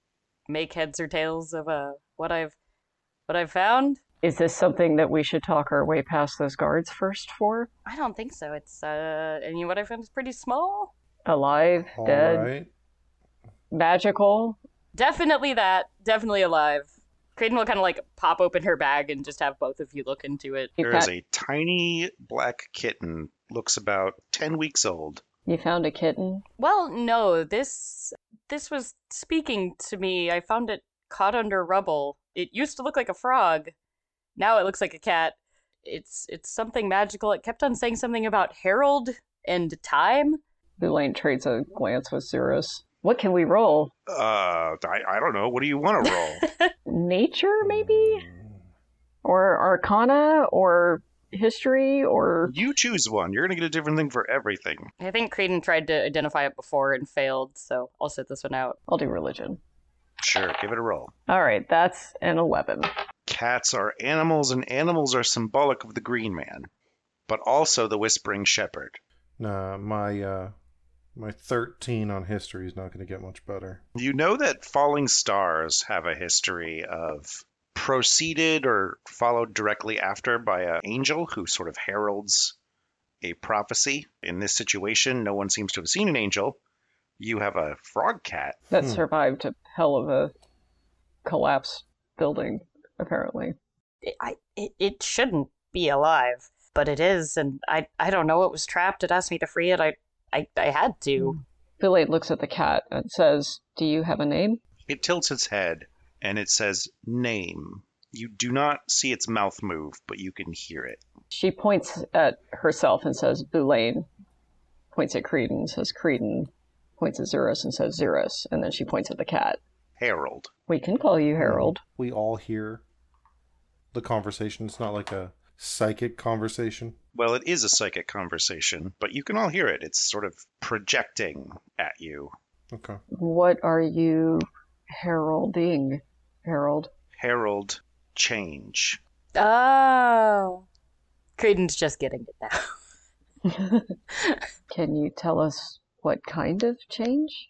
[SPEAKER 4] make heads or tails of uh, what I've what I've found.
[SPEAKER 6] Is this something that we should talk our way past those guards first for?
[SPEAKER 4] I don't think so. It's uh, I mean, what I found is pretty small.
[SPEAKER 6] Alive,
[SPEAKER 3] All
[SPEAKER 6] dead,
[SPEAKER 3] right.
[SPEAKER 6] magical?
[SPEAKER 4] Definitely that. Definitely alive. Creighton will kind of like pop open her bag and just have both of you look into it.
[SPEAKER 6] You,
[SPEAKER 1] There
[SPEAKER 6] fa-
[SPEAKER 1] is a tiny black kitten, looks about 10 weeks old.
[SPEAKER 6] you found
[SPEAKER 3] [LAUGHS]
[SPEAKER 6] a kitten?
[SPEAKER 4] Well, no, this this was speaking to me. I found it caught under rubble. It used to look like a frog. Now it looks like a cat. It's it's something magical. It kept on saying something about herald and time.
[SPEAKER 6] Lulaine trades a glance with Zerus. What can we roll?
[SPEAKER 1] Uh, I, I don't know. What do you want to roll?
[SPEAKER 6] Nature, maybe? Or Arcana? Or history? Or
[SPEAKER 1] you choose one. You're going to get a different thing for everything.
[SPEAKER 4] I think Creighton tried to identify it before and failed, so I'll set this one out.
[SPEAKER 6] I'll do religion.
[SPEAKER 1] Sure, give it a roll.
[SPEAKER 6] All right, that's an 11.
[SPEAKER 1] Cats are animals, and animals are symbolic of the Green Man, but also the Whispering Shepherd.
[SPEAKER 3] Nah, my uh, my thirteen on history is not going to get much better.
[SPEAKER 1] You know that falling stars have a history of proceeded or followed directly after by an angel who sort of heralds a prophecy. In this situation, no one seems to have seen an angel. You have a frog cat.
[SPEAKER 6] That
[SPEAKER 3] Hmm.
[SPEAKER 6] survived a hell of a collapse building, apparently.
[SPEAKER 4] It, I, it, it shouldn't be alive, but it is, and I I don't know. It was trapped. It asked me to free it. I I, I had to.
[SPEAKER 6] Vilade looks at the cat and says, Do you have a name?
[SPEAKER 1] It tilts its head and it says, Name. You do not see its mouth move, but you can hear it.
[SPEAKER 6] She points at herself and says, Boulain. Points at Creedon, says Creedon. Points at Zerus and says Zerus. And then she points at the cat.
[SPEAKER 1] Herald.
[SPEAKER 6] We can call you Harold.
[SPEAKER 3] We all hear the conversation. It's not like a psychic conversation.
[SPEAKER 1] Well, it is a psychic conversation, but you can all hear it. It's sort of projecting at you.
[SPEAKER 3] Okay.
[SPEAKER 6] What are you heralding, Harold?
[SPEAKER 1] Herald change.
[SPEAKER 4] Oh. Creighton's just getting it now. [LAUGHS]
[SPEAKER 6] Can you tell us what kind of change?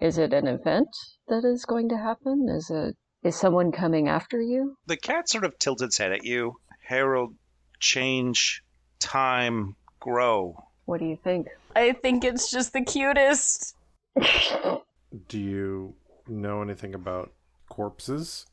[SPEAKER 6] Is it an event that is going to happen? Is it is someone coming after you?
[SPEAKER 1] the cat sort of tilts its head at you. Herald, change, time, grow.
[SPEAKER 6] What do you think?
[SPEAKER 4] I think it's just the cutest.
[SPEAKER 3] Do you know anything about corpses?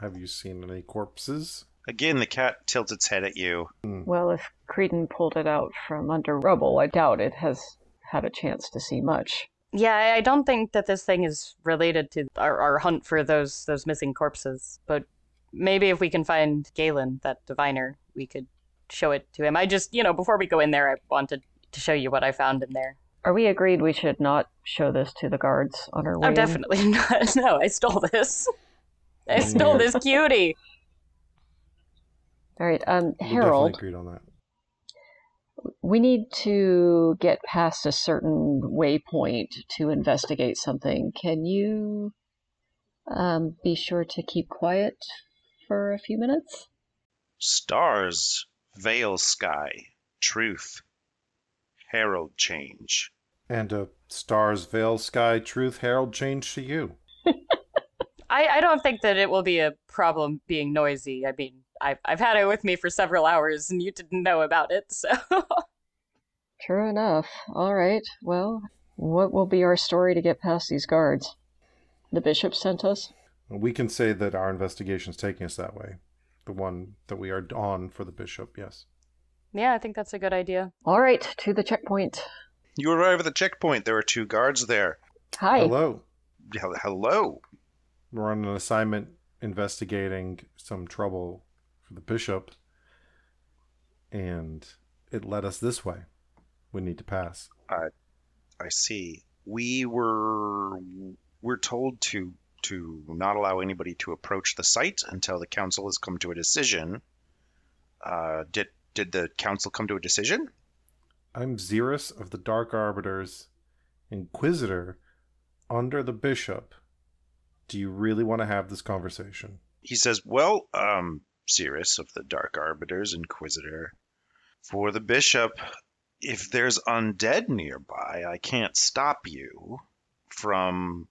[SPEAKER 3] Have you seen any corpses?
[SPEAKER 1] Again, the cat tilts its head at you.
[SPEAKER 6] Well, if Creedon pulled it out from under rubble, I doubt it has had a chance to see much.
[SPEAKER 4] Yeah, I- I don't think that this thing is related to our, our hunt for those those missing corpses, but maybe if we can find Galen, that diviner, we could show it to him. I just, you know, before we go in there, I wanted to show you what I found in there.
[SPEAKER 6] Are we agreed we should not show this to the guards on our way?
[SPEAKER 4] Oh,
[SPEAKER 6] in?
[SPEAKER 4] definitely [LAUGHS] not. No, I stole this. I stole this cutie.
[SPEAKER 6] All right, um,
[SPEAKER 3] We
[SPEAKER 6] Harold,
[SPEAKER 3] definitely agreed on that.
[SPEAKER 6] we need to get past a certain waypoint to investigate something. Can you um, be sure to keep quiet for a few minutes?
[SPEAKER 1] Stars veil sky. Truth. Herald change.
[SPEAKER 3] And a stars veil sky truth herald change to you.
[SPEAKER 4] I, I don't think that it will be a problem being noisy. I mean, I've, I've had it with me for several hours and you didn't know about it, so. [LAUGHS]
[SPEAKER 6] True enough. All right, well, what will be our story to get past these guards? The bishop sent us?
[SPEAKER 3] We can say that our investigation is taking us that way. The one that we are on for the bishop, yes.
[SPEAKER 4] yeah, I think that's a good idea.
[SPEAKER 6] All right, to the checkpoint.
[SPEAKER 1] You arrive at the checkpoint. There are two guards there.
[SPEAKER 6] Hi.
[SPEAKER 3] Hello.
[SPEAKER 1] Hel- Hello.
[SPEAKER 3] We're on an assignment investigating some trouble for the bishop, and it led us this way. We need to pass.
[SPEAKER 1] I see. We were we're told to to not allow anybody to approach the site until the council has come to a decision. Uh, did did the council come to a decision?
[SPEAKER 3] I'm Xerus of the Dark Arbiter's Inquisitor under the bishop. Do you really want to have this conversation?
[SPEAKER 1] He says, "Well, um, Cirrus of the Dark Arbiter's Inquisitor, for the bishop, if there's undead nearby, I can't stop you from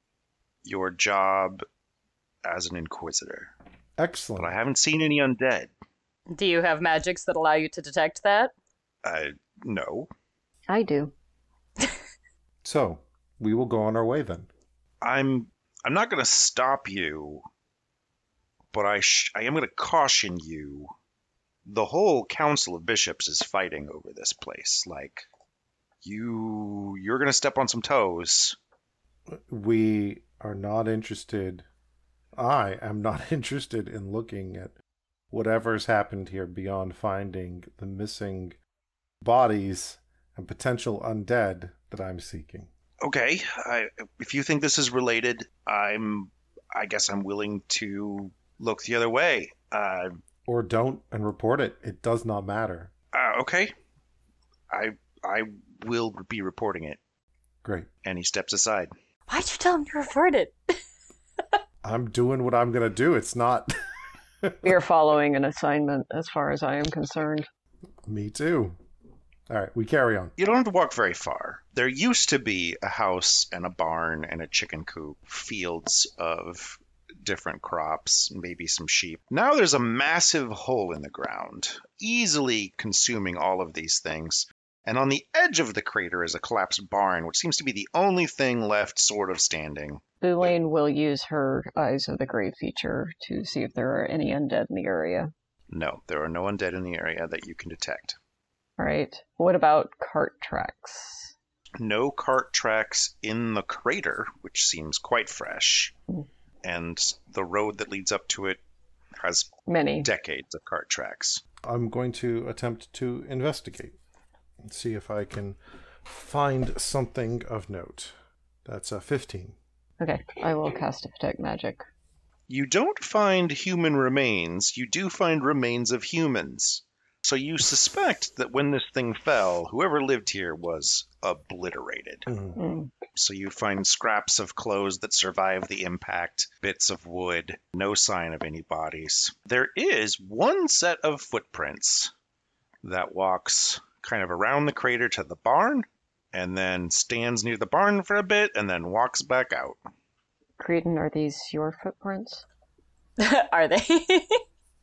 [SPEAKER 1] your job as an inquisitor. But I
[SPEAKER 3] Excellent.
[SPEAKER 1] haven't seen any undead.
[SPEAKER 4] Do you have magics that allow you to detect that?
[SPEAKER 1] I no."
[SPEAKER 6] I do.
[SPEAKER 3] So, we will go on our way then.
[SPEAKER 1] I'm I'm not going to stop you, but I sh- I am going to caution you. The whole council of bishops is fighting over this place. Like you you're going to step on some toes.
[SPEAKER 3] We are not interested. I am not [LAUGHS] interested in looking at whatever's happened here beyond finding the missing bodies and potential undead that I'm seeking.
[SPEAKER 1] Okay, I, if you think this is related, I'm I guess I'm willing to look the other way. Uh,
[SPEAKER 3] Or don't and report it. It does not matter.
[SPEAKER 1] uh okay. I I will be reporting it.
[SPEAKER 3] Great.
[SPEAKER 1] And he steps aside.
[SPEAKER 4] Why'd you tell him to revert it? [LAUGHS]
[SPEAKER 3] I'm doing what I'm going to do. It's not [LAUGHS]
[SPEAKER 6] We are following an assignment as far as I am concerned.
[SPEAKER 3] me, too. All right, we carry on.
[SPEAKER 1] you don't have to walk very far. There used to be a house and a barn and a chicken coop, fields of different crops, maybe some sheep. Now there's a massive hole in the ground, easily consuming all of these things. And on the edge of the crater is a collapsed barn, which seems to be the only thing left sort of standing.
[SPEAKER 6] Boulain will use her Eyes of the Grave feature to see if there are any undead in the area.
[SPEAKER 1] No, there are no undead in the area that you can detect.
[SPEAKER 6] All right. What about cart tracks?
[SPEAKER 1] No cart tracks in the crater, which seems quite fresh. And the road that leads up to it has
[SPEAKER 6] Many.
[SPEAKER 1] decades of cart tracks.
[SPEAKER 3] I'm going to attempt to investigate and see if I can find something of note. That's a 15.
[SPEAKER 6] Okay. I will cast a Protect Magic.
[SPEAKER 1] You don't find human remains, you do find remains of humans. So you suspect that when this thing fell, whoever lived here was obliterated.
[SPEAKER 3] Mm.
[SPEAKER 6] Mm.
[SPEAKER 1] So you find scraps of clothes that survived the impact, bits of wood, no sign of any bodies. There is one set of footprints that walks kind of around the crater to the barn and then stands near the barn for a bit and then walks back out.
[SPEAKER 6] Creedon, are these your footprints?
[SPEAKER 4] are they? [LAUGHS]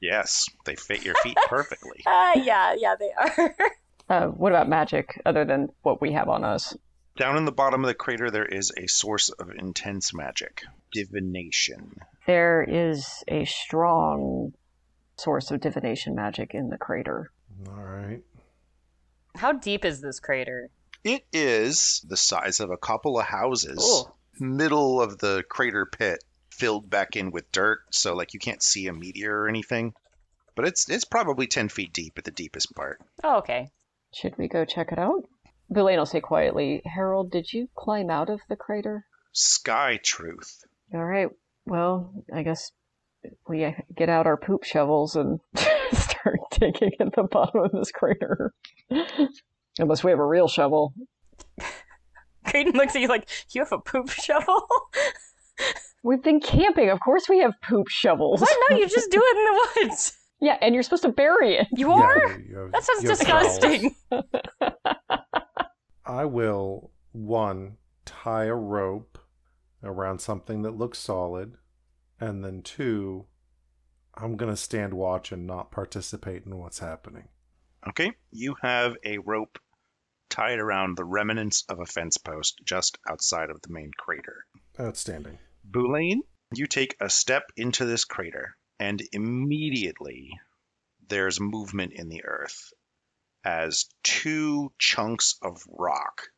[SPEAKER 1] Yes, they fit your feet perfectly.
[SPEAKER 4] uh, yeah, yeah, they are. [LAUGHS]
[SPEAKER 6] Uh, what about magic, other than what we have on us?
[SPEAKER 1] Down in the bottom of the crater, there is a source of intense magic divination.
[SPEAKER 6] There is a strong source of divination magic in the crater.
[SPEAKER 3] All right.
[SPEAKER 4] How deep is this crater?
[SPEAKER 1] It is the size of a couple of houses,
[SPEAKER 4] Ooh.
[SPEAKER 1] middle of the crater pit, filled back in with dirt, so like you can't see a meteor or anything. But it's it's probably ten feet deep at the deepest part.
[SPEAKER 4] Oh, okay.
[SPEAKER 6] Should we go check it out? Boulain will say quietly, Harold, did you climb out of the crater?
[SPEAKER 1] Sky truth.
[SPEAKER 6] All right. Well, I guess we get out our poop shovels and [LAUGHS] start start digging at the bottom of this crater. Unless we have a real shovel.
[SPEAKER 4] Creighton looks at you like, you have a poop shovel? [LAUGHS]
[SPEAKER 6] We've been camping. Of course we have poop shovels.
[SPEAKER 4] what? No, you just do it in the woods.
[SPEAKER 6] Yeah, and you're supposed to bury it.
[SPEAKER 4] You
[SPEAKER 3] Yeah,
[SPEAKER 4] are?
[SPEAKER 3] you- you have-
[SPEAKER 4] that sounds
[SPEAKER 3] you have
[SPEAKER 4] disgusting.
[SPEAKER 3] trowels. I will one tie a rope around something that looks solid, and then two, I'm gonna stand watch and not participate in what's happening.
[SPEAKER 1] Okay, you have a rope tied around the remnants of a fence post just outside of the main crater.
[SPEAKER 3] Outstanding.
[SPEAKER 1] Boulain, you take a step into this crater, and immediately there's movement in the earth as two chunks of rock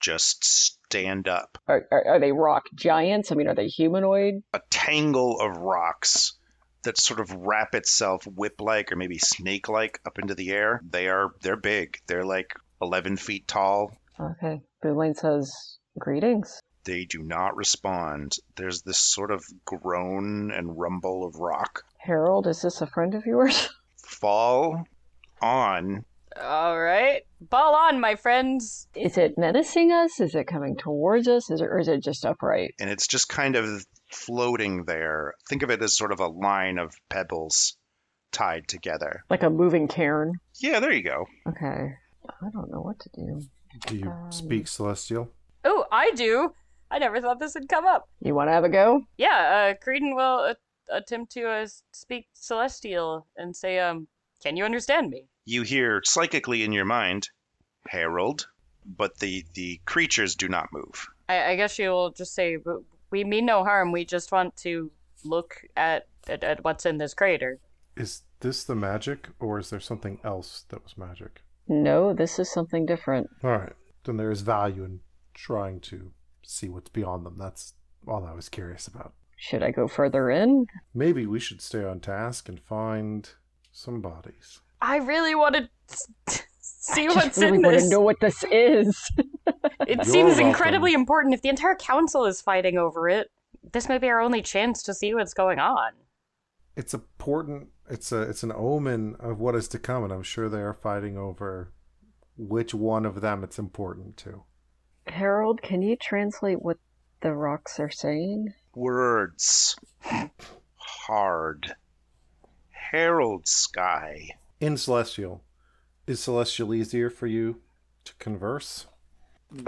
[SPEAKER 1] just stand up.
[SPEAKER 6] Are, are, are they rock giants? I mean, are they humanoid?
[SPEAKER 1] A tangle of rocks that sort of wrap itself whip-like or maybe snake-like up into the air. They are they're big. They're like 11 feet tall,
[SPEAKER 6] Okay. Boulain says, greetings.
[SPEAKER 1] They do not respond. There's this sort of groan and rumble of rock.
[SPEAKER 6] Harold, is this a friend of yours? [LAUGHS]
[SPEAKER 1] Fall on.
[SPEAKER 4] All right. Ball on, my friends.
[SPEAKER 6] Is it menacing us? Is it coming towards us? Is it, or is it just upright?
[SPEAKER 1] And it's just kind of floating there. Think of it as sort of a line of pebbles tied together.
[SPEAKER 6] Like a moving cairn?
[SPEAKER 1] Yeah, there you go.
[SPEAKER 6] Okay. I don't know what to do.
[SPEAKER 3] Do you
[SPEAKER 6] Um,
[SPEAKER 3] speak celestial?
[SPEAKER 4] Oh, I do. I never thought this would come up.
[SPEAKER 6] You want to have a go?
[SPEAKER 4] Yeah, uh, Creedon will uh, attempt to uh, speak Celestial and say, um, can you understand me?
[SPEAKER 1] You hear psychically in your mind, Harold, but the, the creatures do not move.
[SPEAKER 4] I, I guess she will just say, "W- we mean no harm. We just want to look at, at, at what's in this crater.
[SPEAKER 3] Is this the magic, or is there something else that was magic?
[SPEAKER 6] No, this is something different.
[SPEAKER 3] All right. Then there is value in trying to see what's beyond them. That's all I was curious about.
[SPEAKER 6] Should I go further in?
[SPEAKER 3] Maybe we should stay on task and find some bodies.
[SPEAKER 4] I really want to [LAUGHS] see
[SPEAKER 6] I
[SPEAKER 4] what's
[SPEAKER 6] just really
[SPEAKER 4] in
[SPEAKER 6] want
[SPEAKER 4] this.
[SPEAKER 6] to know what this is. [LAUGHS]
[SPEAKER 4] It
[SPEAKER 3] You're
[SPEAKER 4] seems
[SPEAKER 3] welcome.
[SPEAKER 4] incredibly important. If the entire council is fighting over it, this may be our only chance to see what's going on.
[SPEAKER 3] It's important. It's a it's an omen of what is to come, and I'm sure they are fighting over which one of them it's important to.
[SPEAKER 6] Harold, can you translate what the rocks are saying?
[SPEAKER 1] Words. Hard. Harold Sky.
[SPEAKER 3] In celestial, is celestial easier for you to converse?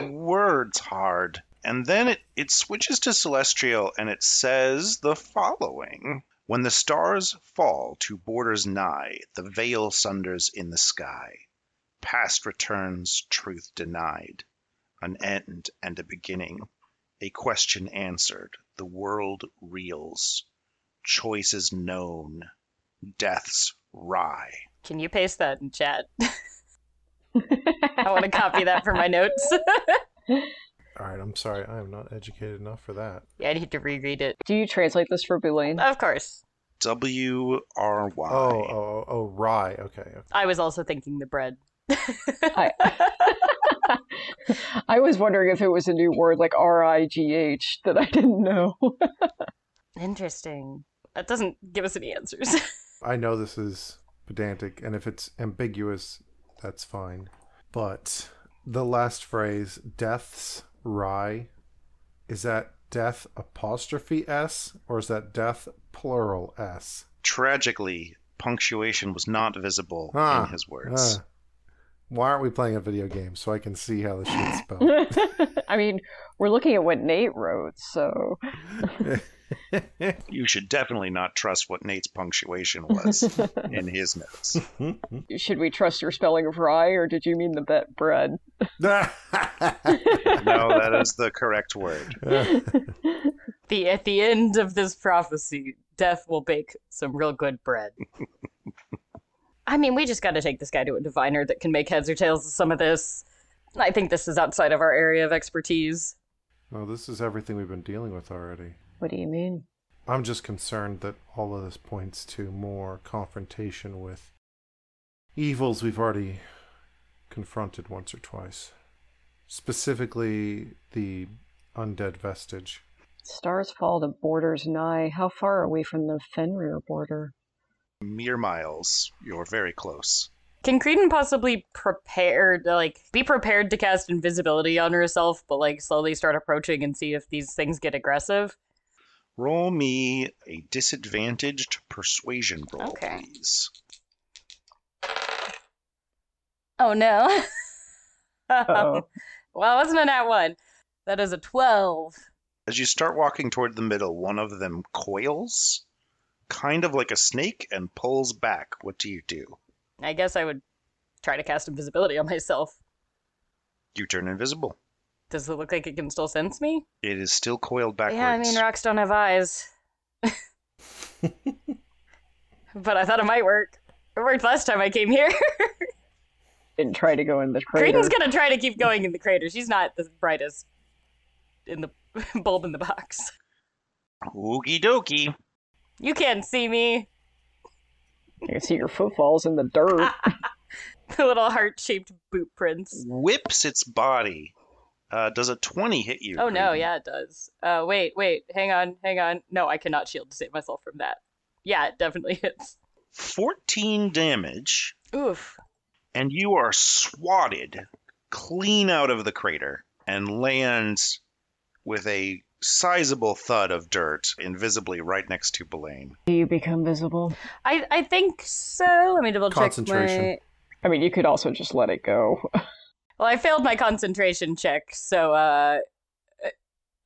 [SPEAKER 1] words hard. And then it, it switches to celestial and it says the following When the stars fall to borders nigh, the veil sunders in the sky. Past returns, truth denied. An end and a beginning. A question answered. The world reels. Choices known. Deaths wry.
[SPEAKER 4] Can you paste that in chat? [LAUGHS] I want to copy that for my notes. [LAUGHS]
[SPEAKER 3] All right. I'm sorry. I am not educated enough for that.
[SPEAKER 4] yeah, I need to reread it.
[SPEAKER 6] Do you translate this for Boulain?
[SPEAKER 4] Of course.
[SPEAKER 1] W R Y.
[SPEAKER 3] Oh, oh, oh, rye. Okay. okay.
[SPEAKER 4] I was also thinking the bread. [LAUGHS]
[SPEAKER 6] I, I was wondering if it was a new word like R I G H that I didn't know. [LAUGHS]
[SPEAKER 4] Interesting. That doesn't give us any answers. [LAUGHS]
[SPEAKER 3] I know this is pedantic, and if it's ambiguous, that's fine. But the last phrase, death's rye, is that death apostrophe S or is that death plural S?
[SPEAKER 1] Tragically, punctuation was not visible
[SPEAKER 3] Ah,
[SPEAKER 1] in his words.
[SPEAKER 3] ah. why aren't we playing a video game so I can see how this shit's spelled? [LAUGHS]
[SPEAKER 6] I mean, we're looking at what Nate wrote, so
[SPEAKER 1] You should definitely not trust what Nate's
[SPEAKER 4] [LAUGHS]
[SPEAKER 1] punctuation was in his notes.
[SPEAKER 6] should we trust your spelling of rye or did you mean the bet bread?
[SPEAKER 1] No, that is the correct word.
[SPEAKER 4] the at the end of this prophecy, death will bake some real good bread. I mean, we just got to take this guy to a diviner that can make heads or tails of some of this. I think this is outside of our area of expertise.
[SPEAKER 3] no, this is everything we've been dealing with already.
[SPEAKER 6] What do you mean?
[SPEAKER 3] I'm just concerned that all of this points to more confrontation with evils we've already confronted once or twice. Specifically, the undead vestige.
[SPEAKER 6] Stars fall to borders nigh. How far are we from the Fenrir border?
[SPEAKER 1] mere miles. You're very close.
[SPEAKER 4] Can Creedon possibly prepare, to, like, be prepared to cast invisibility on herself, but, like, slowly start approaching and see if these things get aggressive?
[SPEAKER 1] Roll me a disadvantaged persuasion roll,
[SPEAKER 4] Okay.
[SPEAKER 1] please.
[SPEAKER 4] Oh, no. [LAUGHS]
[SPEAKER 5] Uh-oh.
[SPEAKER 4] well, it wasn't a nat one. That is a 12.
[SPEAKER 1] As you start walking toward the middle, one of them coils, kind of like a snake, and pulls back. What do you do?
[SPEAKER 4] I guess I would try to cast invisibility on myself.
[SPEAKER 1] You turn invisible.
[SPEAKER 4] Does it look like it can still sense me?
[SPEAKER 1] It is still coiled backwards.
[SPEAKER 4] Yeah, I mean, rocks don't have eyes. but I thought it might work. It worked last time I came here. [LAUGHS]
[SPEAKER 5] Didn't try to go in the crater.
[SPEAKER 4] Creighton's gonna try to keep going in the crater. She's not the brightest in the [LAUGHS] bulb in the box.
[SPEAKER 1] Oogie dokie.
[SPEAKER 4] You can't see me. [LAUGHS]
[SPEAKER 5] I can see your footfalls in the dirt.
[SPEAKER 4] Ah, The little heart shaped boot prints.
[SPEAKER 1] Whips its body. Uh, does a 20 hit you?
[SPEAKER 4] Oh no,
[SPEAKER 1] Creedon?
[SPEAKER 4] yeah, it does. Uh, wait, wait, hang on, hang on. No, I cannot shield to save myself from that. Yeah, it definitely [LAUGHS] hits.
[SPEAKER 1] 14 damage,
[SPEAKER 4] Oof.
[SPEAKER 1] and you are swatted clean out of the crater and land with a sizable thud of dirt invisibly right next to Belaine.
[SPEAKER 6] Do you become visible?
[SPEAKER 4] I, I think so. Let me double check.
[SPEAKER 3] Concentration.
[SPEAKER 4] My...
[SPEAKER 5] I mean, you could also just let it go. [LAUGHS]
[SPEAKER 4] Well, I failed my concentration check, so uh,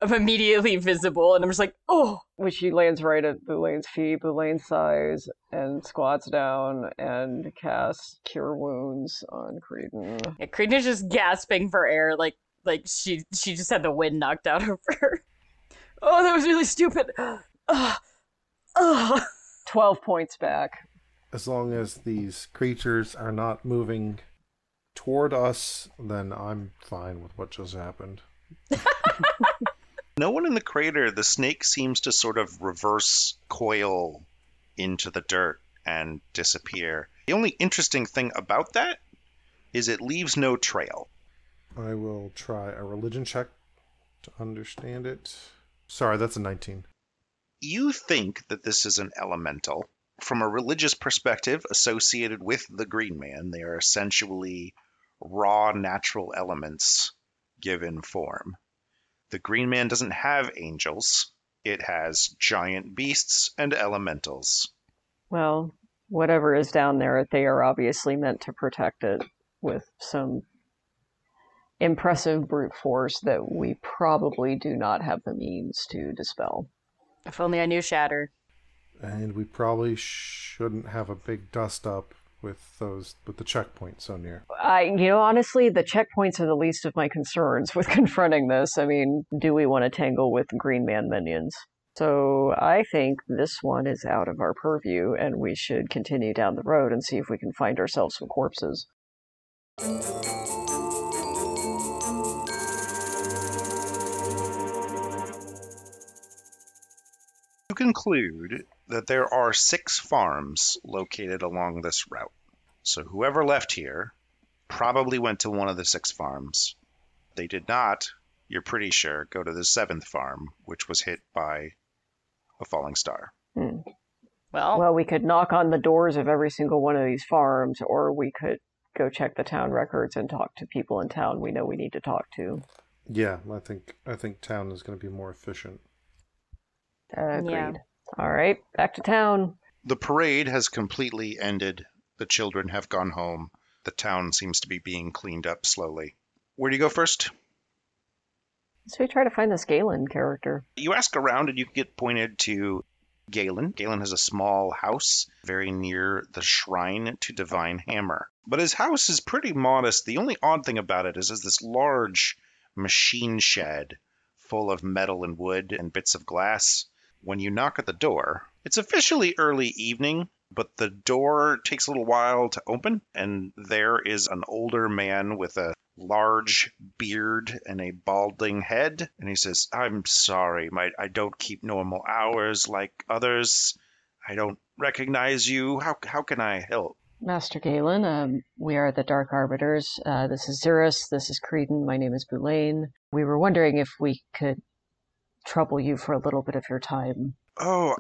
[SPEAKER 4] I'm immediately [LAUGHS] visible, and I'm just like, oh,
[SPEAKER 5] when she lands right at Boulain's feet, Boulain sighs and squats down and casts Cure Wounds on Creedon.
[SPEAKER 4] yeah, Karina's just gasping for air, like like she she just had the wind knocked out [LAUGHS] of her. oh, that was really stupid. Ugh. Ugh.
[SPEAKER 5] 12 points back.
[SPEAKER 3] As long as these creatures are not moving toward us, then I'm fine with what just happened.
[SPEAKER 1] No one in the crater, the snake seems to sort of reverse coil into the dirt and disappear. The only interesting thing about that is it leaves no trail.
[SPEAKER 3] I will try a religion check to understand it. Sorry, that's a 19.
[SPEAKER 1] you think that this is an elemental. From a religious perspective, associated with the Green Man, they are essentially raw natural elements given form. The Green Man doesn't have angels, it has giant beasts and elementals.
[SPEAKER 6] Well, whatever is down there, they are obviously meant to protect it with some impressive brute force that we probably do not have the means to dispel.
[SPEAKER 4] If only I knew Shatter.
[SPEAKER 3] And we probably shouldn't have a big dust up with those with the checkpoint so near.
[SPEAKER 6] I, you know, honestly, the checkpoints are the least of my concerns [LAUGHS] with confronting this. I mean, do we want to tangle with Green Man minions? So I think this one is out of our purview, and we should continue down the road and see if we can find ourselves some corpses.
[SPEAKER 1] You conclude that there are six farms located along this route. So whoever left here probably went to one of the six farms. They did not, you're pretty sure, go to the seventh farm, which was hit by a falling star.
[SPEAKER 4] Well,
[SPEAKER 6] Well, we could knock on the doors of every single one of these farms, or we could go check the town records and talk to people in town we know we need to talk to.
[SPEAKER 3] Yeah, I think I think town is going to be more efficient.
[SPEAKER 6] Agreed.
[SPEAKER 4] Yeah.
[SPEAKER 6] All right, back to town.
[SPEAKER 1] The parade has completely ended. The children have gone home. The town seems to be being cleaned up slowly. Where do you go first?
[SPEAKER 6] So we try to find this Galen character.
[SPEAKER 1] You ask around and you get pointed to Galen. Galen has a small house very near the shrine to Divine Hammer. But his house is pretty modest. The only odd thing about it is, is this large machine shed full of metal and wood and bits of glass. When you knock at the door, it's officially early evening, but the door takes a little while to open, and there is an older man with a large beard and a balding head. And he says, I'm sorry, my, I don't keep normal hours like others. I don't recognize you. How, how can I help?
[SPEAKER 6] Master Galen, um, we are the Dark Arbiters. Uh, this is Zerus. This is Creedon. My name is Boulain. We were wondering if we could trouble you for a little bit of your time.
[SPEAKER 1] Oh,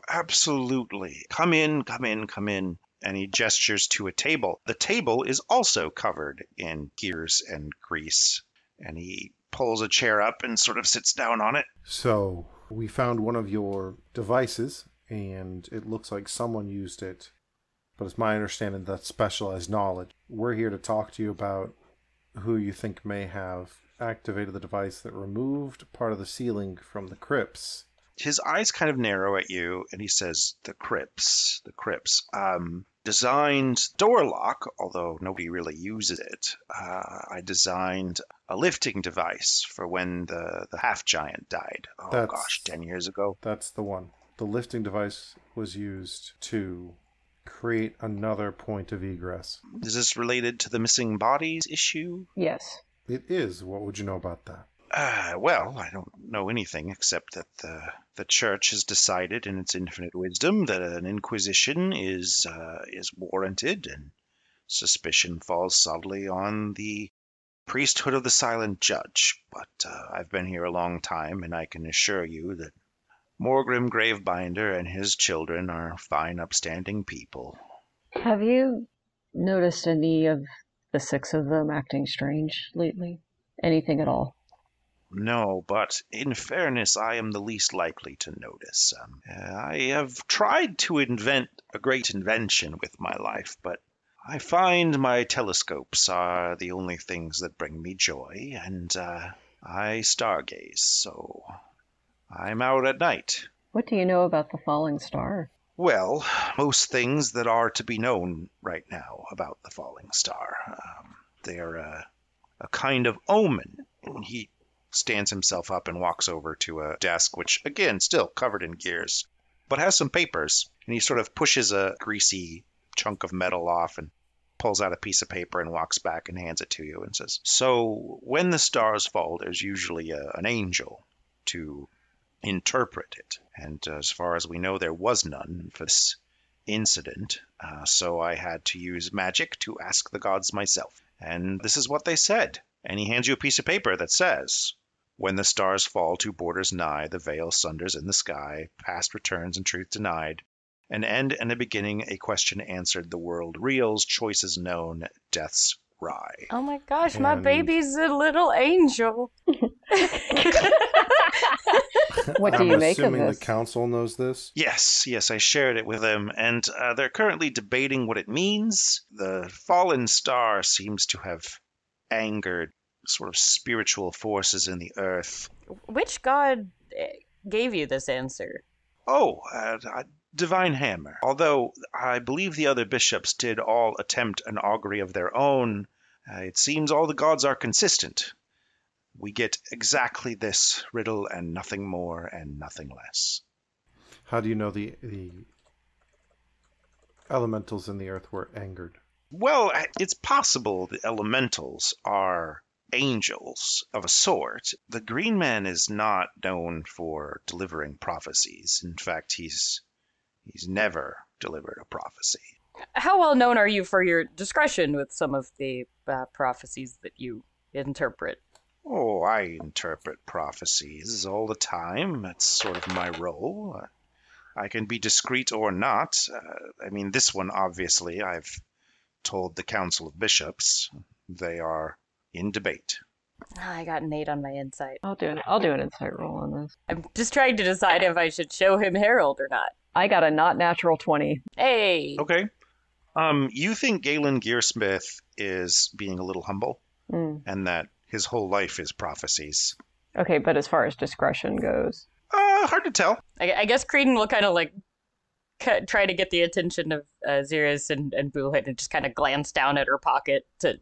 [SPEAKER 1] absolutely. Come in, come in, come in. And he gestures to a table. The table is also covered in gears and grease. And he pulls a chair up and sort of sits down on it.
[SPEAKER 3] So we found one of your devices, and it looks like someone used it. But it's my understanding that's specialized knowledge. We're here to talk to you about who you think may have activated the device that removed part of the ceiling from the crypts.
[SPEAKER 1] His eyes kind of narrow at you, and he says, The Crips, the Crips. Um, designed door lock, although nobody really uses it. Uh, I designed a lifting device for when the, the half giant died. Oh,
[SPEAKER 3] That's-
[SPEAKER 1] gosh, 10 years ago.
[SPEAKER 3] That's the one. The lifting device was used to create another point of egress.
[SPEAKER 1] Is this related to the missing bodies issue?
[SPEAKER 6] Yes.
[SPEAKER 3] It is. What would you know about that?
[SPEAKER 1] Uh, well, I don't know anything except that the the church has decided, in its infinite wisdom, that an inquisition is uh, is warranted, and suspicion falls solidly on the priesthood of the silent judge. But uh, I've been here a long time, and I can assure you that Morgrim Gravebinder and his children are fine, upstanding people.
[SPEAKER 6] Have you noticed any of the six of them acting strange lately? Anything at all?
[SPEAKER 1] No, but in fairness, I am the least likely to notice. Um, I have tried to invent a great invention with my life, but I find my telescopes are the only things that bring me joy, and uh, I stargaze, so I'm out at night.
[SPEAKER 6] What do you know about the falling star?
[SPEAKER 1] Well, most things that are to be known right now about the falling star. Um, they're uh, a kind of omen. He stands himself up and walks over to a desk, which, again, still covered in gears, but has some papers. And he sort of pushes a greasy chunk of metal off and pulls out a piece of paper and walks back and hands it to you and says, So, when the stars fall, there's usually a, an angel to interpret it. And uh, as far as we know, there was none for this incident, uh, so I had to use magic to ask the gods myself. And this is what they said. And he hands you a piece of paper that says, When the stars fall to borders nigh, the veil sunders in the sky, past returns and truth denied, an end and a beginning, a question answered, the world reels, choices known, death's wry.
[SPEAKER 4] Oh my gosh, my
[SPEAKER 3] And-
[SPEAKER 4] baby's a little angel.
[SPEAKER 6] What do you make of
[SPEAKER 3] assuming
[SPEAKER 6] this?
[SPEAKER 3] the council knows this.
[SPEAKER 1] Yes, yes, I shared it with them, and uh, they're currently debating what it means. The fallen star seems to have angered sort of spiritual forces in the earth.
[SPEAKER 4] Which god eh, gave you this answer?
[SPEAKER 1] Oh, uh, uh, Divine Hammer. Although I believe the other bishops did all attempt an augury of their own, uh, it seems all the gods are consistent. We get exactly this riddle and nothing more and nothing less.
[SPEAKER 3] How do you know the the elementals in the earth were angered?
[SPEAKER 1] Well, it's possible the elementals are angels of a sort. The Green Man is not known for delivering prophecies. In fact, he's he's never delivered a prophecy.
[SPEAKER 4] How well known are you for your discretion with some of the uh, prophecies that you interpret?
[SPEAKER 1] Oh, I interpret prophecies all the time. That's sort of my role. Uh, I can be discreet or not. Uh, I mean, this one, obviously, I've told the Council of Bishops. They are in debate.
[SPEAKER 4] Ah, I got an eight on my insight.
[SPEAKER 6] I'll do an I'll do an insight roll on this.
[SPEAKER 4] I'm just trying to decide if I should show him Harold or not.
[SPEAKER 6] I got a not natural twenty.
[SPEAKER 4] Hey,
[SPEAKER 1] Okay. Um, you think Galen Gearsmith is being a little humble
[SPEAKER 6] Mm.
[SPEAKER 1] and that his whole life is prophecies?
[SPEAKER 6] Okay, but as far as discretion [LAUGHS] goes,
[SPEAKER 1] Uh, hard to tell.
[SPEAKER 4] I, I guess Creedon will kind of like ca- try to get the attention of uh, Xerus and and Bullhead and just kind of glance down at her pocket to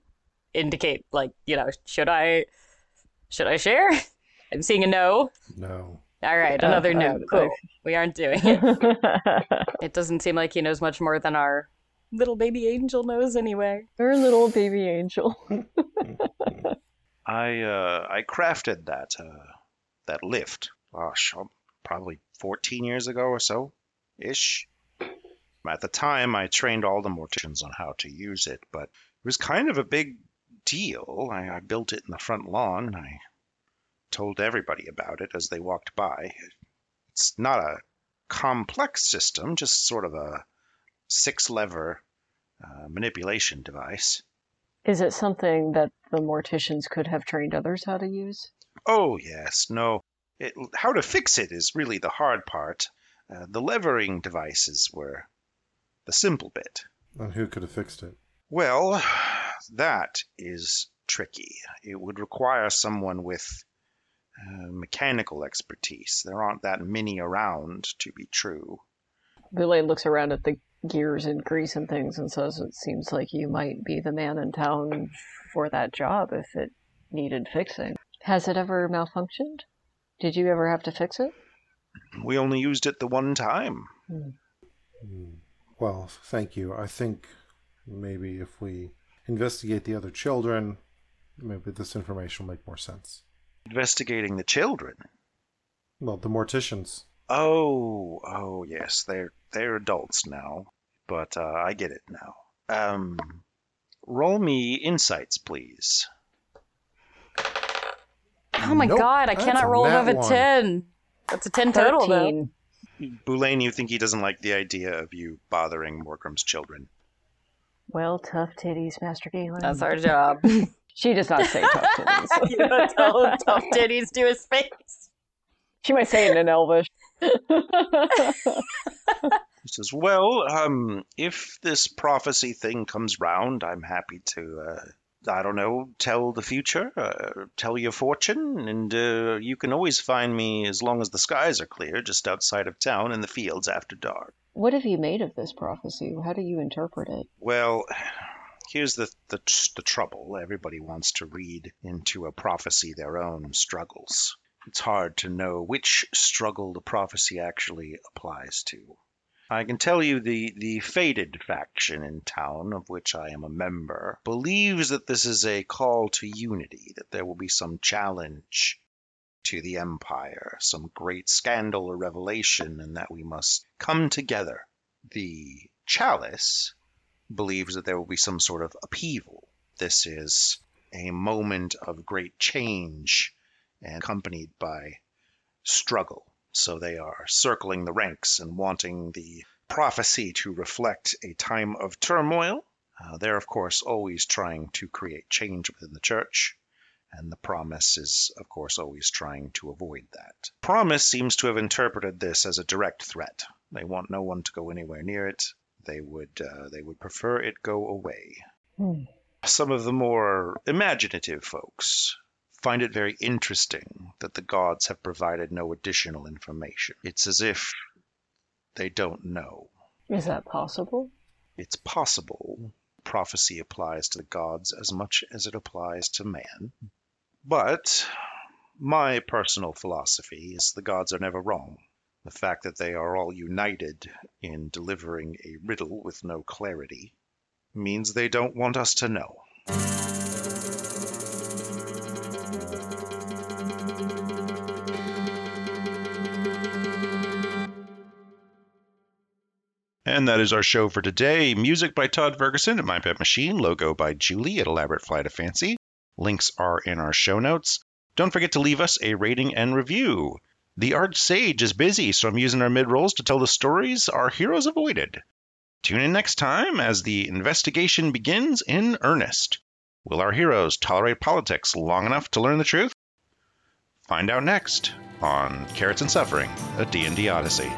[SPEAKER 4] indicate like you know should I should I share? [LAUGHS] I'm seeing a no.
[SPEAKER 3] No.
[SPEAKER 4] All right,
[SPEAKER 6] Uh,
[SPEAKER 4] another no.
[SPEAKER 6] uh,
[SPEAKER 4] cool. We aren't doing
[SPEAKER 6] [LAUGHS]
[SPEAKER 4] it. It doesn't seem like he knows much more than our little baby angel knows anyway.
[SPEAKER 6] They're a little baby angel.
[SPEAKER 1] I uh, I crafted that uh, that lift. Gosh, um, probably 14 years ago or so, ish. At the time, I trained all the morticians on how to use it, but it was kind of a big deal. I, I built it in the front lawn. I told everybody about it as they walked by. It's not a complex system, just sort of a six lever uh, manipulation device.
[SPEAKER 6] Is it something that the morticians could have trained others how to use?
[SPEAKER 1] Oh, yes, no. It, how to fix it is really the hard part. Uh, the levering devices were the simple bit.
[SPEAKER 3] And who could have fixed it?
[SPEAKER 1] Well, that is tricky. It would require someone with uh, mechanical expertise. There aren't that many around, to be true.
[SPEAKER 6] Boulain looks around at the gears and grease and things and says, It seems like you might be the man in town for that job if it needed fixing. Has it ever malfunctioned? Did you ever have to fix it?
[SPEAKER 1] We only used it the one time.
[SPEAKER 3] Hmm. Well, thank you. I think maybe if we investigate the other children, maybe this information will make more sense.
[SPEAKER 1] Investigating the children.
[SPEAKER 3] Well, the morticians.
[SPEAKER 1] Oh, oh yes, they're they're adults now, but uh, I get it now. Um, roll me insights, please.
[SPEAKER 4] Oh my
[SPEAKER 3] Nope,
[SPEAKER 4] god, I
[SPEAKER 3] that's
[SPEAKER 4] cannot
[SPEAKER 3] a
[SPEAKER 4] roll
[SPEAKER 3] nat
[SPEAKER 4] above a
[SPEAKER 3] one.
[SPEAKER 4] 10. That's a 10 total, though.
[SPEAKER 6] Thirteen.
[SPEAKER 1] Boulain, you think he doesn't like the idea of you bothering Morcom's children?
[SPEAKER 6] Well, tough titties, Master Galen.
[SPEAKER 4] That's our job. [LAUGHS]
[SPEAKER 6] She does not say tough titties.
[SPEAKER 4] you know, tell him tough titties to his face.
[SPEAKER 5] She might say it in Elvish.
[SPEAKER 1] He says, "Well, um, if this prophecy thing comes round, I'm happy to, uh, I don't know, tell the future, uh, tell your fortune, and uh, you can always find me as long as the skies are clear, just outside of town in the fields after dark."
[SPEAKER 6] what have you made of this prophecy? How do you interpret it?
[SPEAKER 1] Well, here's the the, tr- the trouble. Everybody wants to read into a prophecy their own struggles. It's hard to know which struggle the prophecy actually applies to. I can tell you the, the faded faction in town, of which I am a member, believes that this is a call to unity, that there will be some challenge to the empire, some great scandal or revelation, and that we must come together. The chalice believes that there will be some sort of upheaval. This is a moment of great change and accompanied by struggle. So they are circling the ranks and wanting the prophecy to reflect a time of turmoil. Uh, they're, of course, always trying to create change within the church. And the promise is, of course, always trying to avoid that. Promise seems to have interpreted this as a direct threat. They want no one to go anywhere near it they would uh, they would prefer it go away.
[SPEAKER 6] Hmm.
[SPEAKER 1] Some of the more imaginative folks find it very interesting that the gods have provided no additional information. It's as if they don't know.
[SPEAKER 6] Is that possible?
[SPEAKER 1] It's possible prophecy applies to the gods as much as it applies to man. But my personal philosophy is the gods are never wrong. The fact that they are all united in delivering a riddle with no clarity means they don't want us to know. And that is our show for today. Music by Todd Ferguson at My Pet Machine, logo by Julie at Elaborate Flight of Fancy. Links are in our show notes. Don't forget to leave us a rating and review. The Art Sage is busy, so I'm using our mid rolls to tell the stories our heroes avoided. Tune in next time as the investigation begins in earnest. Will our heroes tolerate politics long enough to learn the truth? Find out next on Carrots and Suffering, a D&D Odyssey.